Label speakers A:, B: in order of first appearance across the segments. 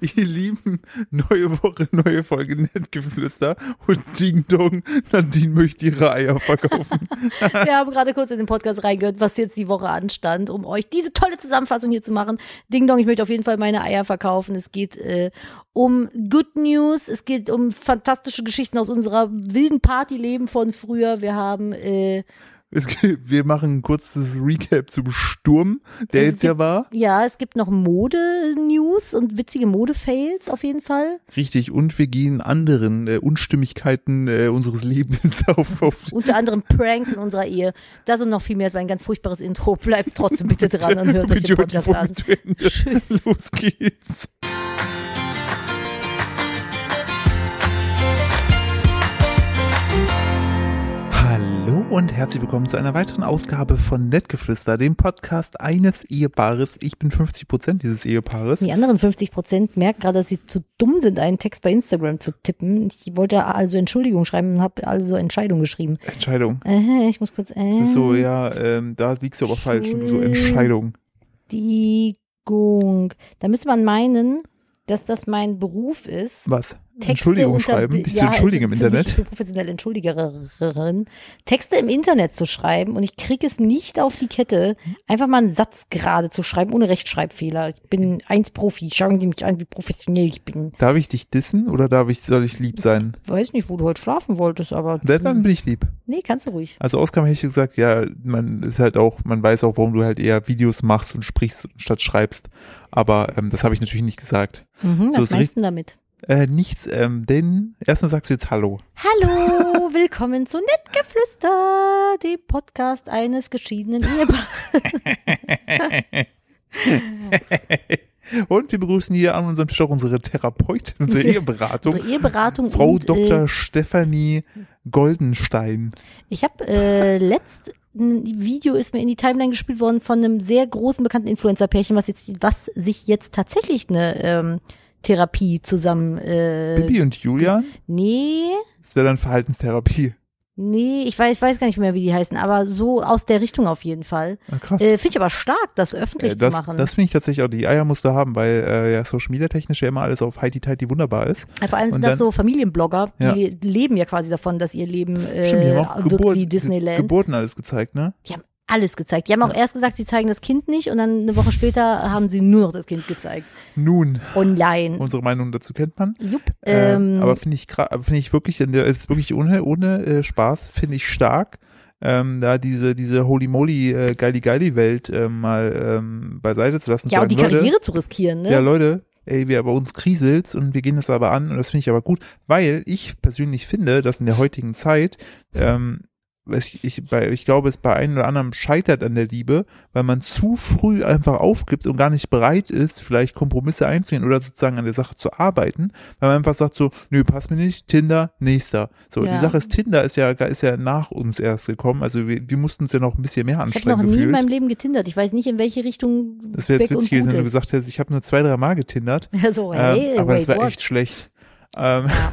A: Ihr Lieben, neue Woche, neue Folge Nettgeflüster und Ding Dong, Nadine möchte ihre Eier verkaufen.
B: Wir haben gerade kurz in den Podcast reingehört, was jetzt die Woche anstand, um euch diese tolle Zusammenfassung hier zu machen. Ding Dong, ich möchte auf jeden Fall meine Eier verkaufen. Es geht äh, um Good News, es geht um fantastische Geschichten aus unserer wilden Partyleben von früher. Wir haben äh,
A: Es, gibt- wir machen ein kurzes Recap zum Sturm, der
B: Es
A: jetzt ja
B: gibt-
A: war.
B: ja, es gibt noch Mode-News und witzige Mode-Fails auf jeden Fall.
A: Richtig, und wir gehen anderen äh, Unstimmigkeiten äh, unseres Lebens auf, auf
B: Unter anderem Pranks in unserer Ehe. Das und noch viel mehr. Es war ein ganz furchtbares Intro. Bleibt trotzdem bitte dran und hört euch
A: mit
B: den
A: Jörg die
B: Podcast
A: Folge
B: an.
A: zu Ende.
B: Tschüss.
A: Los geht's. Hallo und herzlich willkommen zu einer weiteren Ausgabe von Nettgeflüster, dem Podcast eines Ehepaares. Ich bin 50 Prozent dieses Ehepaares.
B: Die anderen 50 Prozent merken gerade, dass sie zu dumm sind, einen Text bei Instagram zu tippen. Ich wollte also Entschuldigung schreiben und habe also Entscheidung geschrieben.
A: Entscheidung.
B: Äh, ich muss kurz. Äh,
A: Das ist so, ja, ähm, da liegst du aber falsch. So Entscheidung.
B: Entschuldigung. Da müsste man meinen, dass das mein Beruf ist.
A: Was?
B: Texte
A: Entschuldigung
B: unter-
A: schreiben, dich zu
B: Ja,
A: entschuldigen im
B: also für mich, Ich
A: Internet.
B: bin professionelle Entschuldigerin. Texte im Internet zu schreiben und ich kriege es nicht auf die Kette, einfach mal einen Satz gerade zu schreiben ohne Rechtschreibfehler. Ich bin eins Profi. Schauen Sie mich an, wie professionell ich bin.
A: Darf ich dich dissen oder darf ich, soll ich lieb sein?
B: Weiß nicht, wo du heute schlafen wolltest, aber.
A: Dann dann bin ich lieb.
B: Nee, kannst du ruhig.
A: Also Ausgaben hätte ich gesagt, ja, man ist halt auch, man weiß auch, warum du halt eher Videos machst und sprichst statt schreibst. Aber ähm, das habe ich natürlich nicht gesagt.
B: Mhm,
A: So
B: was
A: ist
B: meinst du denn damit?
A: Äh, nichts, ähm, denn erstmal sagst du jetzt Hallo.
B: Hallo, willkommen zu Nettgeflüster, dem Podcast eines geschiedenen Ehepaares.
A: Und wir begrüßen hier an unserem Tisch auch unsere Therapeutin, unsere Eheberatung,
B: Unsere also Eheberatung.
A: Frau
B: und, äh,
A: Dr. Stefanie Goldenstein.
B: Ich habe äh, letzt ein Video ist mir in die Timeline gespielt worden von einem sehr großen bekannten Influencer-Pärchen, was jetzt, was sich jetzt tatsächlich eine ähm, Therapie zusammen. Äh,
A: Bibi und Julian,
B: nee,
A: das wäre dann Verhaltenstherapie.
B: nee, ich weiß, ich weiß gar nicht mehr, wie die heißen, aber so aus der Richtung auf jeden Fall.
A: Ah, krass.
B: Äh, Finde ich aber stark, das öffentlich
A: Äh, das,
B: zu machen.
A: das finde ich tatsächlich auch, die Eier musst du haben, weil äh, ja Social Media technisch ja immer alles auf Heidi Tighty wunderbar ist.
B: Vor allem
A: und
B: sind das
A: dann-
B: so Familienblogger, die leben ja quasi davon, dass ihr Leben äh,
A: Stimmt, die haben auch
B: wirkt
A: Geburt,
B: wie Disneyland.
A: Geburten alles gezeigt, ne?
B: die haben alles gezeigt. Die haben auch erst gesagt, sie zeigen das Kind nicht und dann eine Woche später haben sie nur noch das Kind gezeigt.
A: Nun,
B: Online.
A: unsere Meinung dazu kennt man.
B: Jupp,
A: ähm,
B: ähm,
A: aber finde ich gra- aber finde ich wirklich, in der- es ist wirklich ohne, ohne äh, Spaß, finde ich stark, ähm, da diese, diese Holy Moly äh, Geili Geili Welt äh, mal ähm, beiseite zu lassen.
B: ja,
A: zu
B: und die
A: sagen, Leute,
B: Karriere zu riskieren, ne?
A: Ja, Leute, ey, wir bei uns kriselt's und wir gehen das aber an und das finde ich aber gut, weil ich persönlich finde, dass in der heutigen Zeit, ähm, weiß ich, ich, bei, ich glaube, es bei einem oder anderen scheitert an der Liebe, weil man zu früh einfach aufgibt und gar nicht bereit ist, vielleicht Kompromisse einzugehen oder sozusagen an der Sache zu arbeiten, weil man einfach sagt so, nö, passt mir nicht, Tinder, nächster. So,
B: Ja.
A: die Sache ist, Tinder ist ja, ist ja nach uns erst gekommen, also wir, wir mussten uns ja noch ein bisschen mehr
B: ich habe noch
A: anstrengen
B: nie in
A: gefühlt.
B: meinem Leben getindert. Ich weiß nicht, in welche Richtung
A: Das wäre jetzt
B: Beck und
A: witzig gewesen, wenn du
B: gut ist.
A: gesagt hättest, ich habe nur zwei, drei Mal getindert.
B: Ja, so, Oh, hey,
A: ähm, aber
B: wait,
A: es war
B: what?
A: echt schlecht. Ähm,
B: Ja.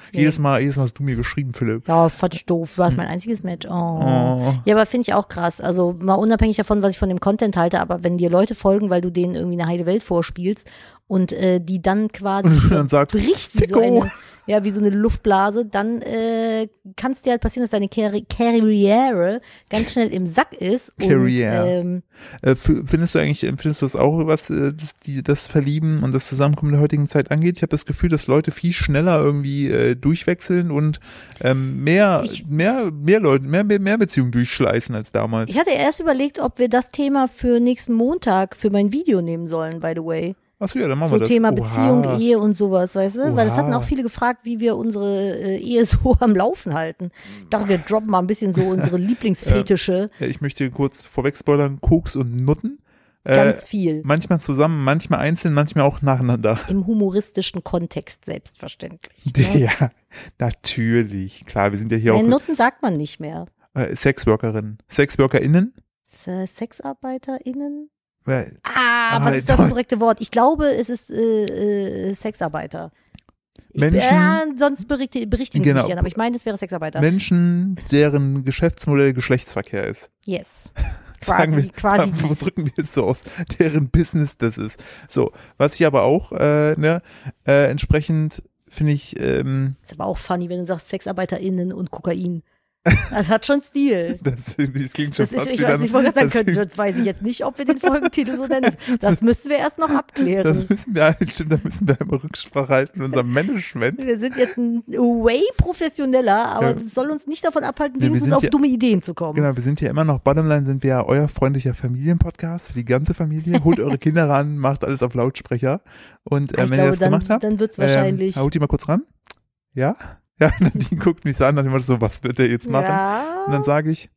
A: jedes, Mal, jedes Mal hast du mir geschrieben, Philipp.
B: ja, fand ich doof. War es mein einziges Match. Oh.
A: Oh.
B: Ja, aber finde ich auch krass. Also mal unabhängig davon, was ich von dem Content halte, aber wenn dir Leute folgen, weil du denen irgendwie eine heile Welt vorspielst und äh, die dann quasi
A: Und du
B: so
A: dann sagst,
B: bricht wie so
A: Ficko.
B: eine, ja, wie so eine Luftblase, dann äh, kann es dir halt passieren, dass deine Karri- Karriere ganz schnell im Sack ist.
A: Karriere.
B: Und, ähm,
A: Äh, f- findest du eigentlich, empfindest du das auch, was äh, das, die, das Verlieben und das Zusammenkommen der heutigen Zeit angeht? Ich habe das Gefühl, dass Leute viel schneller irgendwie äh, durchwechseln und ähm, mehr,
B: Ich-
A: mehr, mehr Leute, mehr, mehr, mehr Beziehungen durchschleißen als damals.
B: Ich hatte erst überlegt, ob wir das Thema für nächsten Montag für mein Video nehmen sollen, by the way.
A: Achso, ja, dann machen
B: So
A: wir das.
B: Thema
A: Oha.
B: Beziehung, Ehe und sowas, weißt du? Weil es hatten
A: Oha.
B: auch viele gefragt, wie wir unsere äh, Ehe so am Laufen halten. Ich dachte, wir droppen mal ein bisschen so unsere Lieblingsfetische.
A: Ja, Ich möchte kurz vorweg spoilern, Koks und Nutten. Äh,
B: Ganz viel.
A: manchmal zusammen, manchmal einzeln, manchmal auch nacheinander.
B: Im humoristischen Kontext selbstverständlich. Ne?
A: Ja, natürlich. Klar, wir sind ja hier
B: Nein,
A: auch
B: Nutten sagt man nicht mehr.
A: äh, Sexworkerinnen. SexworkerInnen?
B: Se- SexarbeiterInnen?
A: Äh,
B: Ah,
A: Ah,
B: was ist das
A: toll.
B: korrekte Wort? Ich glaube, es ist äh, äh, Sexarbeiter. Ich-
A: Menschen-
B: Ja, sonst berichte, berichte mich
A: Genau.
B: nicht gern, aber ich meine, es wäre Sexarbeiter.
A: Menschen, deren Geschäftsmodell Geschlechtsverkehr ist.
B: Yes. Quasi,
A: sagen wir,
B: quasi
A: Dann
B: Wissen.
A: drücken wir es so aus, deren Business das ist. So, was ich aber auch, äh, ne, äh, entsprechend finde ich, ähm,
B: Ist aber auch funny, wenn du sagst SexarbeiterInnen und Kokain. Das hat schon Stil.
A: das, das klingt schon
B: Das ist,
A: fast
B: ich
A: wie
B: weiß
A: dann,
B: nicht, wollte gerade
A: das,
B: sagen, können, das weiß ich jetzt nicht, ob wir den Folgentitel so nennen. Das müssen wir erst noch
A: das
B: abklären.
A: müssen wir, stimmt, da müssen wir immer Rücksprache halten mit unserem Management.
B: Wir sind jetzt ein way professioneller, aber
A: Ja.
B: das soll uns nicht davon abhalten,
A: Nee, wir
B: wenigstens
A: sind
B: auf
A: ja-
B: dumme Ideen zu kommen.
A: Genau, wir sind ja immer noch, Bottomline sind wir ja euer freundlicher Familienpodcast für die ganze Familie. Holt eure Kinder ran, macht alles auf Lautsprecher. Und äh,
B: Ah, ich
A: wenn ihr
B: glaube,
A: das
B: dann,
A: gemacht habt,
B: dann wird es
A: ähm,
B: wahrscheinlich.
A: holt die mal kurz ran. Ja? Ja, Nadine guckt mich so an, dann so, was wird der jetzt machen?
B: ja.
A: Und dann sage ich,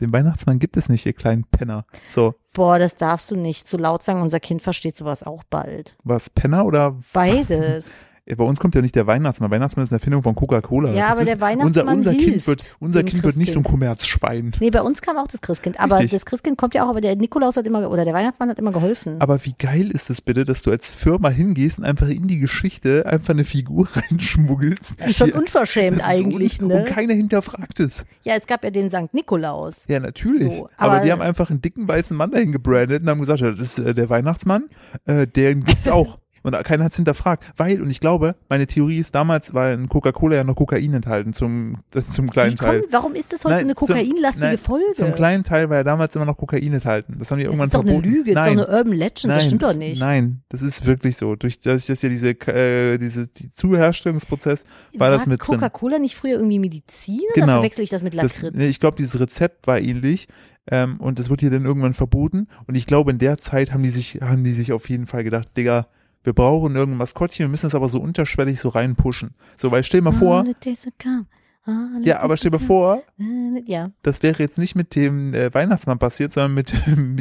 A: den Weihnachtsmann gibt es nicht, ihr kleinen Penner. So,
B: Boah, das darfst du nicht zu laut sagen. Unser Kind versteht sowas auch bald.
A: was Penner oder
B: Beides.
A: Ja, bei uns kommt ja nicht der Weihnachtsmann. Weihnachtsmann ist eine Erfindung von Coca-Cola.
B: Ja,
A: Das
B: aber
A: ist,
B: der Weihnachtsmann
A: unser, unser Kind
B: hilft
A: wird unser
B: dem
A: Kind wird nicht so ein
B: Christkind.
A: Kommerzschwein.
B: Nee, bei uns kam auch das Christkind. Aber
A: Richtig.
B: das Christkind kommt ja auch, aber der Nikolaus hat immer, oder der Weihnachtsmann hat immer geholfen.
A: Aber wie geil ist es bitte, dass du als Firma hingehst und einfach in die Geschichte einfach eine Figur reinschmuggelst?
B: Das ist schon
A: die-
B: unverschämt
A: das ist
B: eigentlich,
A: un
B: ne?
A: Und keiner hinterfragt es.
B: Ja, es gab ja den Sankt Nikolaus.
A: Ja, natürlich.
B: So,
A: aber,
B: aber-
A: die haben einfach einen dicken weißen Mann dahin gebrandet und haben gesagt, ja, das ist äh, der Weihnachtsmann, äh, den gibt's auch. Und keiner hat's hinterfragt, weil, und ich glaube, meine Theorie ist, damals war in Coca-Cola ja noch Kokain enthalten zum, zum kleinen
B: Wie
A: Teil.
B: kommt, warum ist das heute
A: Nein,
B: so eine
A: zum-
B: kokainlastige
A: nein,
B: Folge?
A: Zum kleinen Teil war ja damals immer noch Kokain enthalten. Das haben die
B: das
A: irgendwann
B: ist doch eine
A: verboten.
B: Lüge, das
A: nein.
B: ist doch eine Urban Legend,
A: Nein,
B: das stimmt doch
A: das-
B: nicht.
A: Nein, das ist wirklich so. Durch dass ich das ja diese, äh, diese die Zuherstellungsprozess war das mit drin.
B: Coca-Cola nicht früher irgendwie Medizin oder
A: Genau.
B: verwechsel ich das mit
A: Das,
B: Lakritz?
A: nee, ich glaube, dieses Rezept war ähnlich ähm, und das wurde hier dann irgendwann verboten. Und ich glaube, in der Zeit haben die sich, haben die sich auf jeden Fall gedacht, Digga, wir brauchen irgendein Maskottchen, wir müssen es aber so unterschwellig so reinpushen. So, weil stell mal vor,
B: All the days that come, all the
A: ja, aber
B: days
A: stell mal
B: that
A: vor,
B: come. Ja,
A: das wäre jetzt nicht mit dem äh, Weihnachtsmann passiert, sondern mit dem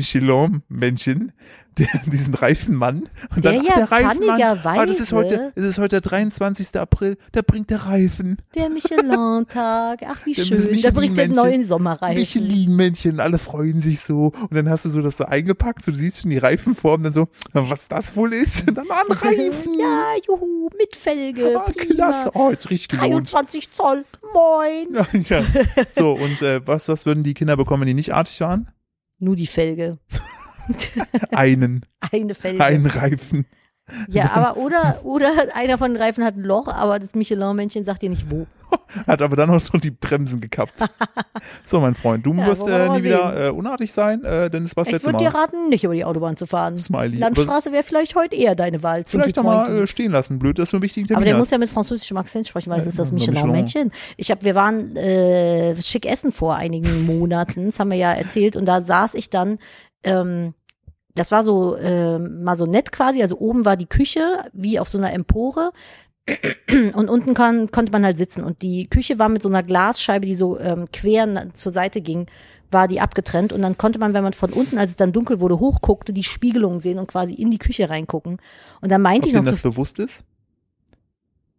A: Michelin-Männchen, der diesen reifen Mann. Und dann
B: Der
A: ach,
B: ja
A: der Reifenmann. Ah, das ist heute,
B: pfannigerweise-
A: es ist heute der 23. April, da bringt der Reifen.
B: der Michelin-Tag, ach wie
A: Der
B: schön, da bringt den
A: Michelin-Männchen.
B: neuen Sommer rein.
A: Michelin-Männchen, alle freuen sich so. Und dann hast du so das so eingepackt, so, du siehst schon die Reifenform, dann so, na, was das wohl ist. Und dann ah, ein Reifen.
B: Ja, juhu, mit Felge,
A: ah,
B: prima.
A: klasse. Oh, jetzt richtig gelohnt.
B: 23 Zoll, moin.
A: Ja, ja. So, und äh, was, was würden die Kinder bekommen, wenn die nicht artig waren?
B: Nur die Felge.
A: Einen,
B: Eine Felge.
A: einen Reifen.
B: Ja, aber oder, oder einer von den Reifen hat ein Loch, aber das Michelin-Männchen sagt dir nicht wo.
A: Hat aber dann auch noch die Bremsen gekappt. So, mein Freund, du
B: Ja,
A: wirst
B: wollen wir
A: äh,
B: mal
A: nie wieder äh, unartig sein, äh, denn es war das
B: Ich
A: letzte
B: würde dir
A: Mal.
B: raten, nicht über die Autobahn zu fahren.
A: Smiley.
B: Landstraße wäre vielleicht heute eher deine Wahl. Zwinki
A: Vielleicht doch mal
B: Zwonki.
A: äh, stehen lassen. Blöd, dass du einen wichtigen Termin
B: aber der
A: hast.
B: muss ja mit französischem Akzent sprechen, weil es
A: Äh,
B: ist das
A: nur
B: Michelin-Männchen. Ich habe, wir waren äh, schick essen vor einigen Monaten, das haben wir ja erzählt, und da saß ich dann. Ähm, das war so ähm, mal so nett quasi. Also oben war die Küche wie auf so einer Empore und unten kann, konnte man halt sitzen. Und die Küche war mit so einer Glasscheibe, die so ähm, quer na- zur Seite ging, war die abgetrennt. Und dann konnte man, wenn man von unten, als es dann dunkel wurde, hochguckte, die Spiegelung sehen und quasi in die Küche reingucken. Und dann meinte
A: Ob
B: ich noch
A: denen
B: zu
A: das bewusst ist?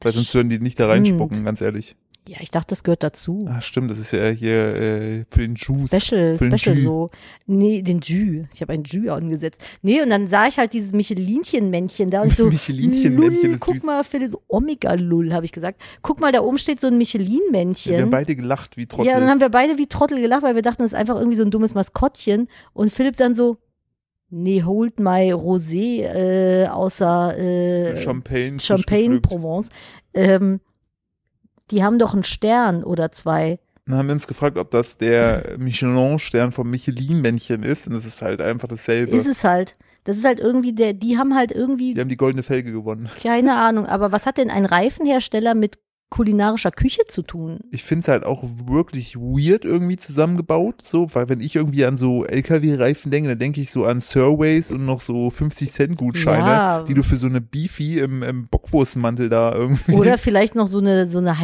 A: Weil sonst würden die nicht da reinspucken, ganz ehrlich.
B: Ja, ich dachte, das gehört dazu.
A: Ah, stimmt, das ist ja hier äh, für den Juice.
B: Oh. Special,
A: für den
B: Special
A: Jus.
B: so. Nee, den Jü. Ich habe einen Jü angesetzt. Nee, und dann sah ich halt dieses Michelinchen-Männchen da und ich so.
A: Michelinchen-Männchen
B: Lull,
A: ist
B: also guck
A: süß.
B: mal, Phil, so Omega-Lull, habe ich gesagt. Guck mal, da oben steht so ein
A: Wir haben
B: Michelin-Männchen.
A: beide gelacht wie Trottel.
B: Ja, dann haben wir beide wie Trottel gelacht, weil wir dachten, das ist einfach irgendwie so ein dummes Maskottchen. Und Philipp dann so, nee, hold my Rosé äh, außer äh,
A: Champagne.
B: Champagne
A: zwischengepflückt.
B: Provence. Ähm, die haben doch einen Stern oder zwei.
A: Dann haben wir uns gefragt, ob das der Michelin-Stern vom Michelin-Männchen ist. Und es ist halt einfach dasselbe.
B: Ist es halt. Das ist halt irgendwie der, die haben halt irgendwie,
A: die haben die goldene Felge gewonnen.
B: keine Ahnung, aber was hat denn ein Reifenhersteller mit kulinarischer Küche zu tun?
A: Ich finde es halt auch wirklich weird irgendwie zusammengebaut, so, weil wenn ich irgendwie an so LKW-Reifen denke, dann denke ich so an Surveys und noch so 50-Cent-Gutscheine,
B: Ja.
A: die du für so eine Beefy im, im Bockwurstmantel da irgendwie.
B: Oder vielleicht noch so eine, so eine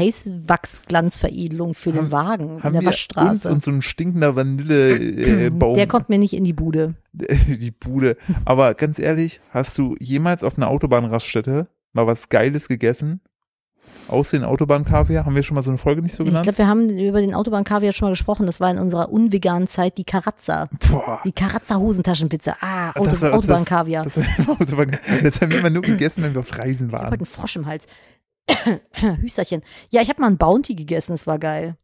B: Heißwachsglanzveredelung für den
A: Haben-
B: Wagen in
A: haben
B: der
A: wir uns
B: Waschstraße. Mhm.
A: und so ein stinkender Vanillebaum äh, Baum,
B: der kommt mir nicht in die Bude.
A: die Bude. Aber ganz ehrlich, hast du jemals auf einer Autobahnraststätte mal was Geiles gegessen? Aus den Autobahnkaviar? Haben wir schon mal so eine Folge nicht so
B: Ich
A: genannt?
B: glaube, wir haben über den Autobahnkaviar schon mal gesprochen. Das war in unserer unveganen Zeit die Karazza.
A: Boah.
B: Die Karazza-Hosentaschenpizza. Ah, Auto,
A: Das war- das-
B: Autobahnkaviar.
A: Das, war- Autobahn, das haben wir immer nur gegessen, wenn wir auf Reisen
B: ich habe heute
A: waren.
B: einen Frosch im Hals. Hüsterchen. Ja, ich habe mal ein Bounty gegessen. Das war geil.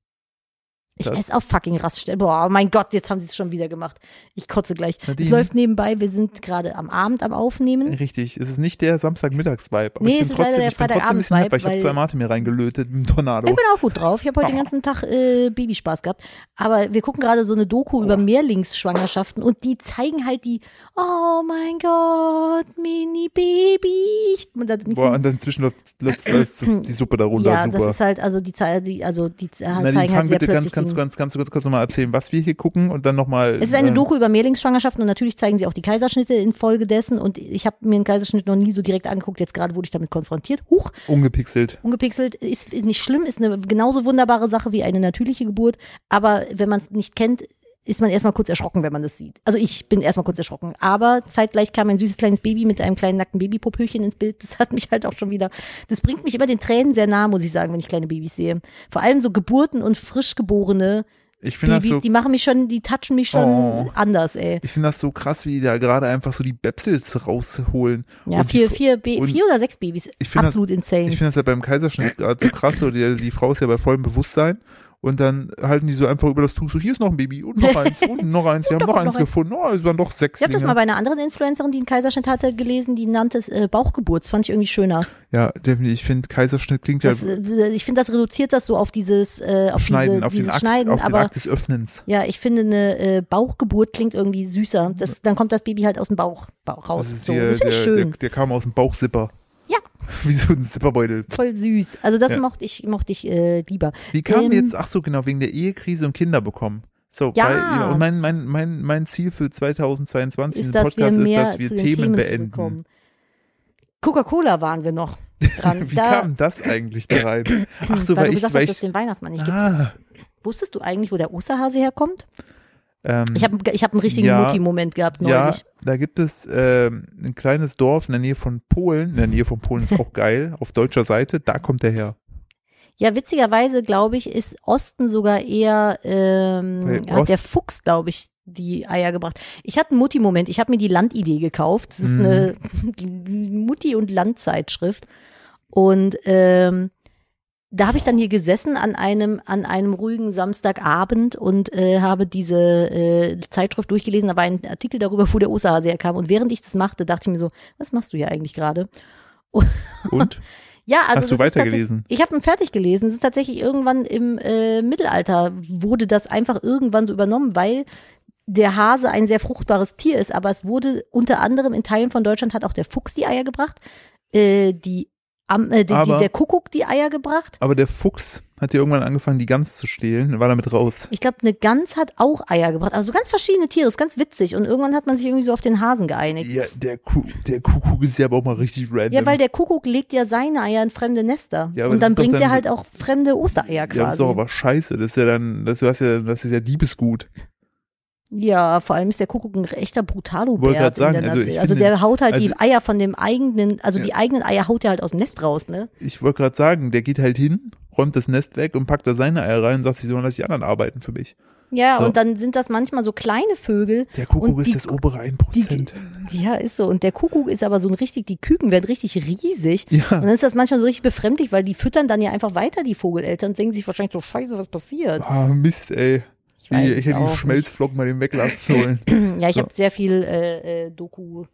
B: Ich
A: Das-
B: esse auf fucking Raststätten. Boah, oh mein Gott, jetzt haben sie es schon wieder gemacht. Ich kotze gleich.
A: Nadine.
B: Es läuft nebenbei, wir sind gerade am Abend am Aufnehmen.
A: Richtig, es ist nicht der Samstagmittags-Vibe. Aber
B: Hm? Nee,
A: ich bin
B: es ist leider
A: trotzdem,
B: der
A: ich bin trotzdem ein bisschen
B: Freitagabends-Vibe,
A: hyper. Ich habe
B: weil-
A: zwei Mate mir reingelötet im Tornado.
B: Ich bin auch gut drauf. Ich habe heute den ganzen Tag äh, Babyspaß gehabt. Aber wir gucken gerade so eine Doku über Mehrlingsschwangerschaften und die zeigen halt die, oh mein Gott, Mini-Baby. Ich- und da-
A: Boah, und dann zwischendurch läuft läuft die Suppe darunter.
B: ja,
A: super.
B: das ist halt, also die, zei- die, also die ze-
A: Nadine,
B: zeigen
A: fang
B: halt sehr
A: bitte ganz,
B: plötzlich
A: ganz,
B: den-
A: ganz, ganz kurz, kurz nochmal erzählen, was wir hier gucken und dann äh, nochmal.
B: Es ist eine Doku über Mehrlingsschwangerschaften und natürlich zeigen sie auch die Kaiserschnitte infolgedessen. Und ich habe mir einen Kaiserschnitt noch nie so direkt angeguckt. Jetzt gerade wurde ich damit konfrontiert. Huch,
A: Ungepixelt.
B: ungepixelt ist, ist nicht schlimm, ist eine genauso wunderbare Sache wie eine natürliche Geburt. Aber wenn man es nicht kennt, ist man erstmal kurz erschrocken, wenn man das sieht. Also ich bin erstmal kurz erschrocken. Aber zeitgleich kam ein süßes kleines Baby mit einem kleinen nackten Babypopöchen ins Bild. Das hat mich halt auch schon wieder, das bringt mich immer den Tränen sehr nah, muss ich sagen, wenn ich kleine Babys sehe. Vor allem so Geburten und Frischgeborene
A: Ich finde das
B: Babys,
A: so.
B: die machen mich schon, die touchen mich schon
A: Oh.
B: anders, ey.
A: Ich finde das so krass, wie die da gerade einfach so die Bäpsels rausholen.
B: Ja,
A: Und
B: vier,
A: die,
B: vier, Ba-
A: und-
B: vier oder sechs Babys.
A: Ich find das-
B: Absolut insane.
A: Ich finde das ja beim Kaiserschnitt gerade so krass, so die, die Frau ist ja bei vollem Bewusstsein und dann halten die so einfach über das Tuch so, hier ist noch ein Baby und noch eins und noch eins, wir haben
B: da
A: noch
B: kommt
A: eins
B: noch eins.
A: gefunden, oh, es waren doch sechs.
B: Ich habe das
A: Dinge.
B: mal bei einer anderen Influencerin, die einen Kaiserschnitt hatte, gelesen, die nannte es äh, Bauchgeburt. Das fand ich irgendwie schöner.
A: ja, definitiv, ich finde Kaiserschnitt klingt ja
B: Das, äh, ich finde, das reduziert das so auf dieses äh, auf
A: Schneiden,
B: diese,
A: auf
B: dieses
A: den Akt,
B: Schneiden.
A: auf den
B: aber
A: Akt des Öffnens.
B: ja, ich finde, eine äh, Bauchgeburt klingt irgendwie süßer. Das, dann kommt das Baby halt aus dem Bauch, Bauch raus.
A: Das ist
B: so.
A: hier,
B: das
A: der,
B: finde ich
A: der,
B: schön.
A: der kam aus dem Bauchzipper.
B: Ja.
A: Wie so ein Zipperbeutel.
B: Voll süß. Also das
A: Ja.
B: mochte ich, mochte ich äh, lieber.
A: Wie kam
B: Ähm,
A: jetzt, ach so, genau, wegen der Ehekrise und Kinder bekommen. So,
B: Ja.
A: weil, genau, und mein, mein, mein, mein Ziel für 2022
B: Ist,
A: im
B: dass wir
A: Podcast ist,
B: mehr
A: dass wir
B: zu den
A: Themen, beenden.
B: zurückkommen. Coca-Cola waren wir noch dran.
A: Wie
B: da,
A: kam das eigentlich da rein? Ach so,
B: weil,
A: weil
B: du
A: ich,
B: gesagt
A: weil
B: hast, dass es
A: ich,
B: den Weihnachtsmann nicht gibt.
A: ah,
B: Wusstest du eigentlich, wo der Osterhase herkommt?
A: ähm,
B: Ich habe ich hab einen richtigen
A: Ja.
B: Mutti-Moment gehabt
A: ja,
B: neulich.
A: da gibt es ähm, ein kleines Dorf in der Nähe von Polen. In der Nähe von Polen ist auch geil. Auf deutscher Seite, da kommt der her.
B: Ja, witzigerweise, glaube ich, ist Osten sogar eher, ähm,
A: Bei
B: hat der
A: Ost-
B: Fuchs, glaube ich, die Eier gebracht. Ich hatte einen Mutti-Moment. Ich habe mir die Landidee gekauft. Das ist
A: Mhm.
B: eine Mutti- und Landzeitschrift. Und ähm, da habe ich dann hier gesessen an einem, an einem ruhigen Samstagabend und äh, habe diese äh, Zeitschrift durchgelesen. Da war ein Artikel darüber, wo der Osterhase herkam. Und während ich das machte, dachte ich mir so, was machst du hier eigentlich gerade?
A: Und?
B: Ja, also
A: Hast du
B: das ist tatsächlich-
A: weitergelesen?
B: Ich habe ihn fertig gelesen. Es ist tatsächlich irgendwann im äh, Mittelalter wurde das einfach irgendwann so übernommen, weil der Hase ein sehr fruchtbares Tier ist. Aber es wurde unter anderem in Teilen von Deutschland hat auch der Fuchs die Eier gebracht, äh, die, Am äh, die, die
A: Aber-
B: der Kuckuck die Eier gebracht.
A: Aber der Fuchs hat ja irgendwann angefangen, die Gans zu stehlen, war damit raus.
B: Ich glaube, eine Gans hat auch Eier gebracht. Also ganz verschiedene Tiere, ist ganz witzig. Und irgendwann hat man sich irgendwie so auf den Hasen geeinigt.
A: Ja, der, Ku der Kuckuck ist ja aber auch mal richtig random.
B: Ja, weil der Kuckuck legt ja seine Eier in fremde Nester.
A: Ja, aber
B: und
A: das
B: dann
A: ist doch
B: bringt er
A: dann-
B: halt auch fremde Ostereier
A: Ja, das ist doch
B: quasi.
A: aber scheiße. Das ist ja dann, das, du hast ja, das ist ja Diebesgut.
B: Ja, vor allem ist der Kuckuck ein echter brutalo
A: Wollte grad
B: Bär.
A: sagen, also ich
B: also
A: finde-
B: der haut halt die
A: also-
B: Eier von dem eigenen, also
A: Ja.
B: die eigenen Eier haut er halt aus dem Nest raus, ne?
A: Ich wollte gerade sagen, der geht halt hin, räumt das Nest weg und packt da seine Eier rein und sagt sich so, lass die anderen arbeiten für mich.
B: Ja,
A: So.
B: und dann sind das manchmal so kleine Vögel.
A: Der Kuckuck
B: Und
A: ist
B: die-
A: das obere 1%.
B: Ja, ist so. Und der Kuckuck ist aber so ein richtig, die Küken werden richtig riesig. Und
A: ja.
B: dann ist das manchmal so richtig befremdlich, weil die füttern dann ja einfach weiter die Vogeleltern, denken sich wahrscheinlich so, scheiße, was passiert?
A: Ah, Mist, ey. Ich,
B: Ich weiß
A: ich
B: es
A: hätte
B: auch
A: die
B: nicht.
A: Schmelzflocken mal den weglassen sollen.
B: Ja, ich
A: So.
B: hab habe sehr viel äh, äh, Doku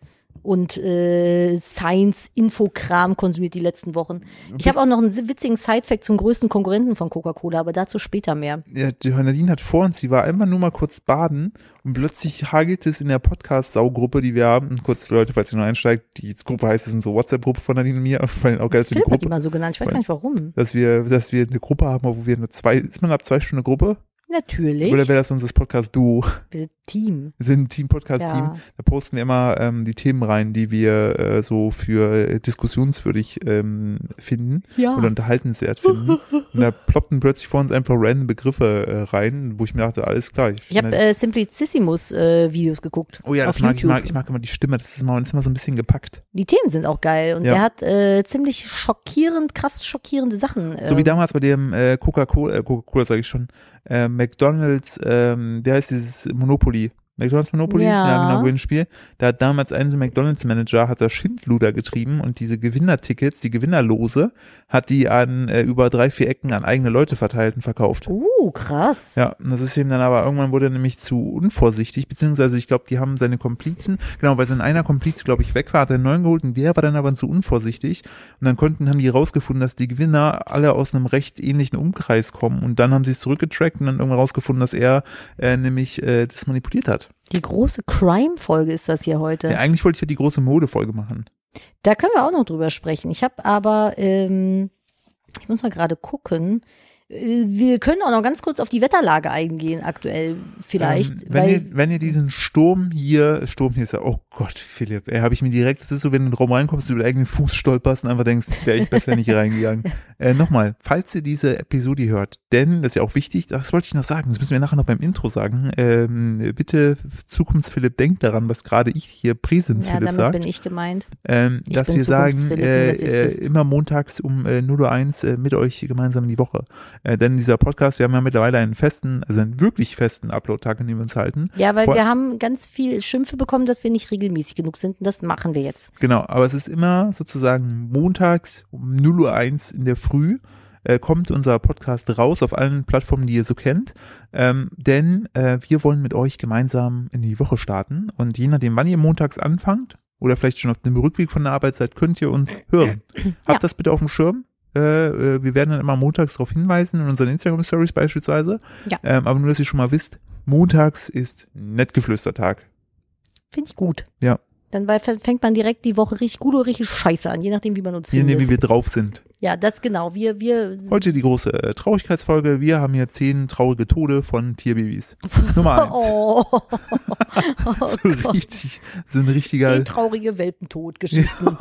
B: und äh, Science-Infokram konsumiert die letzten Wochen. Ich habe auch noch einen si- witzigen Sidefact zum größten Konkurrenten von Coca-Cola, aber dazu später mehr.
A: Ja, die Nadine hat vor uns, die war einfach nur mal kurz baden und plötzlich hagelt es in der Podcast-Saugruppe, die wir haben. Und kurz, Leute, falls ihr noch einsteigt, die Gruppe heißt, es ist so WhatsApp-Gruppe von Nadine und mir, weil auch geil ist für die
B: Philipp hat die
A: Gruppe,
B: mal so genannt, ich weiß
A: Weil-
B: gar nicht warum.
A: dass wir, dass wir eine Gruppe haben, wo wir eine zwei, ist man ab zwei Stunden eine Gruppe?
B: Natürlich.
A: Oder wäre das unser Podcast-Duo?
B: Wir sind Team.
A: Wir sind ein Team-Podcast-Team.
B: Ja.
A: Da posten wir immer ähm, die Themen rein, die wir äh, so für äh, diskussionswürdig ähm, finden
B: Ja.
A: oder unterhaltenswert finden. Und da ploppten plötzlich vor uns einfach random Begriffe äh, rein, wo ich halt mir dachte, alles klar.
B: Ich habe äh, Simplicissimus-Videos geguckt.
A: Oh ja,
B: auf
A: das mag ich,
B: YouTube.
A: mag, ich mag immer die Stimme, das ist immer, das ist immer so ein bisschen gepackt.
B: Die Themen sind auch geil und
A: Ja.
B: der hat äh, ziemlich schockierend, krass schockierende Sachen.
A: So wie
B: ähm,
A: damals bei dem äh, Coca-Cola, äh, Coca-Cola sage ich schon, äh, McDonalds, ähm, wie heißt dieses Monopoly? McDonalds Monopoly?
B: Ja.
A: genau, Gewinnspiel. Da hat damals ein so ein McDonalds-Manager, hat da Schindluder getrieben und diese Gewinnertickets, die Gewinnerlose, hat die an äh, über drei, vier Ecken an eigene Leute verteilt und verkauft.
B: Uh, Oh, krass.
A: Ja, und das ist ihm dann aber irgendwann wurde er nämlich zu unvorsichtig, beziehungsweise ich glaube, die haben seine Komplizen, genau, weil sein einer Kompliz, glaube ich, weg war, hat er einen neuen geholt und der war dann aber zu unvorsichtig. Und dann konnten, haben die rausgefunden, dass die Gewinner alle aus einem recht ähnlichen Umkreis kommen und dann haben sie es zurückgetrackt und dann irgendwann rausgefunden, dass er äh, nämlich äh, das manipuliert hat.
B: Die große Crime-Folge ist das hier heute.
A: Ja, eigentlich wollte ich ja die große Modefolge machen.
B: Da können wir auch noch drüber sprechen. Ich habe aber, ähm, ich muss mal gerade gucken. Äh, Wir können auch noch ganz kurz auf die Wetterlage eingehen, aktuell vielleicht.
A: Ähm, wenn,
B: weil,
A: ihr, wenn ihr diesen Sturm hier, Sturm hier ist ja, oh Gott, Philipp, ey, habe ich mir direkt, das ist so, wenn du in den Raum reinkommst, du über deinen eigenen Fuß stolperst und einfach denkst, wäre ich besser nicht reingegangen. Äh, Nochmal, falls ihr diese Episode hört, denn, das ist ja auch wichtig, das wollte ich noch sagen, das müssen wir nachher noch beim Intro sagen, ähm, bitte Zukunftsphilipp, denkt daran, was gerade ich hier
B: ja,
A: Präsens-Philipp
B: damit
A: sagt.
B: bin ich gemeint.
A: Ähm,
B: Ich
A: dass
B: bin
A: wir sagen,
B: Zukunftsphilipp,
A: äh,
B: nur dass ihr's
A: äh,
B: wisst.
A: immer montags um äh, 0.01 Uhr äh, mit euch gemeinsam in die Woche. Äh, denn dieser Podcast, wir haben ja mittlerweile einen festen, also einen wirklich festen Upload-Tag, an dem wir uns halten.
B: Ja, weil
A: Vor-
B: wir haben ganz viel Schimpfe bekommen, dass wir nicht regelmäßig genug sind. Und das machen wir jetzt.
A: Genau, aber es ist immer sozusagen montags um 0.01 Uhr in der Früh äh, kommt unser Podcast raus auf allen Plattformen, die ihr so kennt. Ähm, denn äh, wir wollen mit euch gemeinsam in die Woche starten. Und je nachdem, wann ihr montags anfangt oder vielleicht schon auf dem Rückweg von der Arbeit seid, könnt ihr uns hören. Habt
B: Ja.
A: das bitte auf dem Schirm. Äh, äh, wir werden dann immer montags darauf hinweisen, in unseren Instagram-Stories beispielsweise.
B: Ja.
A: Ähm, aber nur, dass ihr schon mal wisst, montags ist Nettgeflüstertag.
B: Finde ich gut.
A: Ja.
B: Dann weil fängt man direkt die Woche richtig gut oder richtig scheiße an, je nachdem, wie man uns
A: Je nachdem,
B: findet.
A: wie wir drauf sind.
B: ja, das genau. Wir, wir,
A: Heute die große äh, Traurigkeitsfolge. Wir haben hier zehn traurige Tode von Tierbabys. Nummer eins.
B: oh,
A: so, richtig, so ein richtiger
B: zehn traurige Welpentod-Geschichten.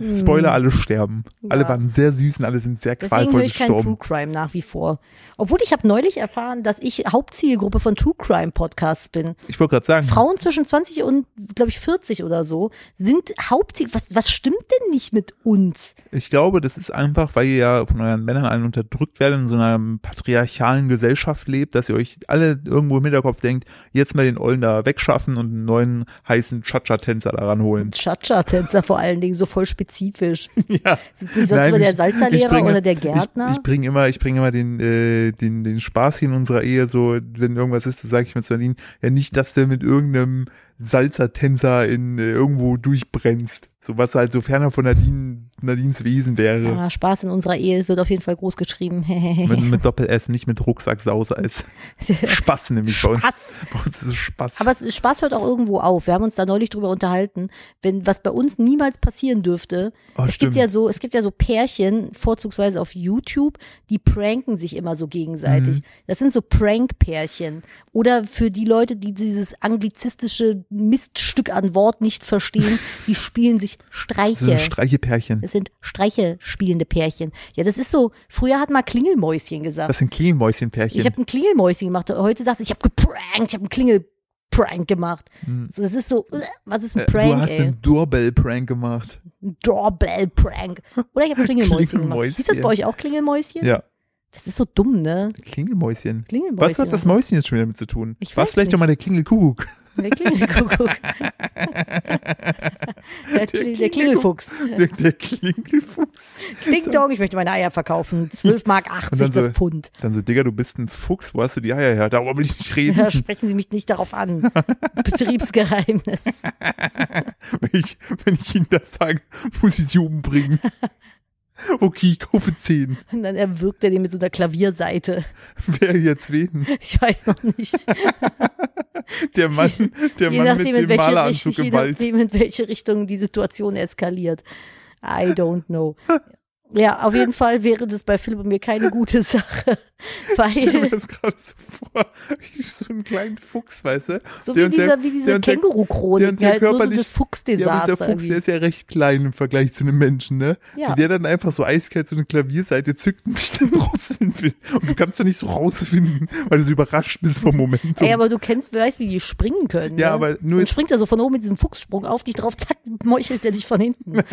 A: Spoiler, alle sterben. Alle
B: Hm. Ja.
A: waren sehr süß und alle sind sehr
B: Deswegen höre
A: qualvoll
B: ich keinen True
A: gestorben.
B: Crime nach wie vor. Obwohl ich habe neulich erfahren, dass ich Hauptzielgruppe von True Crime Podcasts bin.
A: Ich wollte gerade sagen,
B: Frauen zwischen 20 und, glaube ich, 40 oder so sind Hauptziel. Was, was stimmt denn nicht mit uns?
A: ich glaube, das ist einfach, weil ihr ja von euren Männern allen unterdrückt werdet, in so einer patriarchalen Gesellschaft lebt, dass ihr euch alle irgendwo im Hinterkopf denkt, jetzt mal den Ollen da wegschaffen und einen neuen heißen Cha-Cha-Tänzer daran holen.
B: Cha-Cha-Tänzer vor allen Dingen, so voll spezifisch.
A: Ja.
B: Sind nicht sonst immer der
A: ich-
B: Salzerlehrer
A: ich bringe-
B: oder der Gärtner?
A: Ich, ich bringe immer, ich bringe immer den, äh, den, den Spaß hier in unserer Ehe so, wenn irgendwas ist, dann sage ich mir zu Nadine, ja nicht, dass du mit irgendeinem Salzertänzer in äh, irgendwo durchbrennst. So was halt so ferner von Nadine, Nadines Wesen wäre.
B: Ah, Spaß in unserer Ehe wird auf jeden Fall groß geschrieben.
A: Mit, mit Doppel-S, nicht mit Rucksack Sauseis. Spaß nämlich bei uns.
B: Spaß.
A: Bei uns ist es Spaß.
B: Aber es, Spaß hört auch irgendwo auf. Wir haben uns da neulich drüber unterhalten, wenn was bei uns niemals passieren dürfte.
A: Oh,
B: es
A: stimmt.
B: gibt ja so, es gibt ja so Pärchen, vorzugsweise auf YouTube, die pranken sich immer so gegenseitig. Das sind so Prank-Pärchen. Oder für die Leute, die dieses anglizistische Miststück an Wort nicht verstehen, die spielen sich
A: so ein
B: Streiche.
A: Streichepärchen.
B: Das sind Streiche spielende Pärchen. Ja, das ist so, früher hat mal Klingelmäuschen gesagt.
A: Das sind Klingelmäuschenpärchen.
B: Ich habe ein Klingelmäuschen gemacht. Heute sagst du, ich habe geprankt, ich habe einen Klingelprank gemacht. So, das ist so, äh, was ist ein
A: Hm. Äh, du
B: Prank,
A: hast
B: ey?
A: einen Doorbell-Prank gemacht.
B: Ein Doorbell-Prank. Oder ich habe Klingelmäuschen gemacht. Hieß das bei euch auch Klingelmäuschen?
A: Ja,
B: Das ist so dumm, ne?
A: Klingelmäuschen.
B: Klingelmäuschen.
A: Was hat das Mäuschen jetzt schon wieder mit zu tun?
B: Ich
A: War es
B: weiß
A: vielleicht
B: nicht.
A: doch mal der Klingelkuckuck?
B: Der Klingelkuckuck. der, Kli- der Klingelfuchs.
A: Der, der Klingelfuchs.
B: Ding Dong, ich möchte meine Eier verkaufen. 12 Mark 80
A: Und dann so-
B: das Pfund.
A: Dann so, Digga, du bist ein Fuchs, wo hast du die Eier her? Darüber will ich nicht reden.
B: Ja, sprechen Sie mich nicht darauf an. Betriebsgeheimnis.
A: Wenn, ich, wenn ich ihnen das sage, muss ich sie umbringen. Okay, ich kaufe zehn.
B: Und dann erwürgt er den mit so einer Klavierseite.
A: Wer jetzt wen?
B: Ich weiß noch nicht.
A: Der Mann, der
B: Je
A: Mann
B: nachdem,
A: mit
B: in
A: dem
B: welche,
A: Maleranzug
B: Richtung, je
A: im Wald.
B: nachdem, in welche Richtung die Situation eskaliert. I don't know. Ja, auf jeden Fall wäre das bei Philipp und mir keine gute Sache.
A: Ich stelle mir
B: Weil,
A: das gerade so vor, wie so einen kleinen Fuchs, weißt du?
B: so
A: der
B: wie,
A: uns ja-
B: dieser, wie
A: der
B: diese
A: uns ja- der
B: Känguru-Chronik,
A: uns ja
B: halt nur so
A: körperlich-
B: das
A: Ja, aber
B: Fuchsdesaster.
A: dieser Fuchs, der
B: irgendwie.
A: ist ja recht klein im Vergleich zu einem Menschen, ne?
B: Ja.
A: Wenn der dann einfach so eiskalt so eine Klavierseite zückt und dich dann drosseln will. Und du kannst doch nicht so rausfinden, weil du so überrascht bist vom Momentum.
B: Ey, aber du kennst, weißt, wie die springen können.
A: Ja,
B: ne?
A: aber nur
B: Dann
A: jetzt-
B: springt er so von oben mit diesem Fuchssprung auf dich drauf, zack, meuchelt er dich von hinten. Und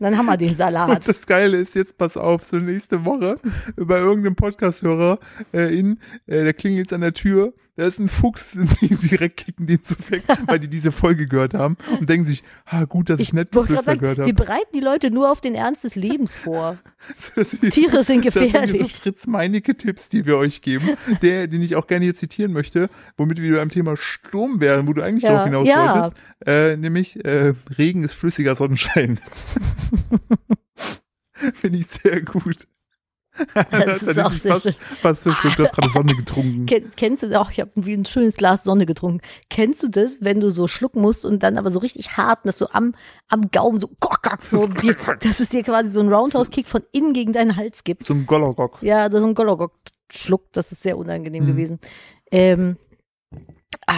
B: dann haben wir den Salat.
A: und das Geile ist, jetzt pass auf, so nächste Woche bei irgendeinem Podcast-Hörer äh, in, äh, da klingelt's an der Tür da ist ein Fuchs, die direkt kicken den so weg, weil die diese Folge gehört haben und denken sich, ah, gut, dass ich, ich
B: wollte gerade
A: Nettgeflüster
B: sagen,
A: gehört habe.
B: Wir bereiten die Leute nur auf den Ernst des Lebens vor.
A: Das ist-
B: Tiere sind
A: das sind so
B: gefährlich.
A: Fritz Meinecke-Tipps, die wir euch geben, der, den ich auch gerne hier zitieren möchte, womit wir beim Thema Sturm wären, wo du eigentlich
B: Ja,
A: darauf hinaus
B: ja.
A: wolltest, äh, nämlich äh, Regen ist flüssiger Sonnenschein. Finde ich sehr gut.
B: Das
A: Da
B: ist
A: hat
B: auch
A: sich
B: sehr
A: fast,
B: schön.
A: fast verschluckt, du hast gerade Sonne getrunken.
B: Ken- Kennst du, auch ich habe ein schönes Glas Sonne getrunken. Kennst du das, wenn du so schlucken musst und dann aber so richtig hart, dass so am, am Gaumen so, kock, kock, so dir, dass es dir quasi so einen Roundhouse-Kick von innen gegen deinen Hals gibt?
A: So ein Gollerok.
B: Ja, das ist ein Gologok-Schluck, das ist sehr unangenehm
A: Mhm.
B: gewesen. Ähm, ah,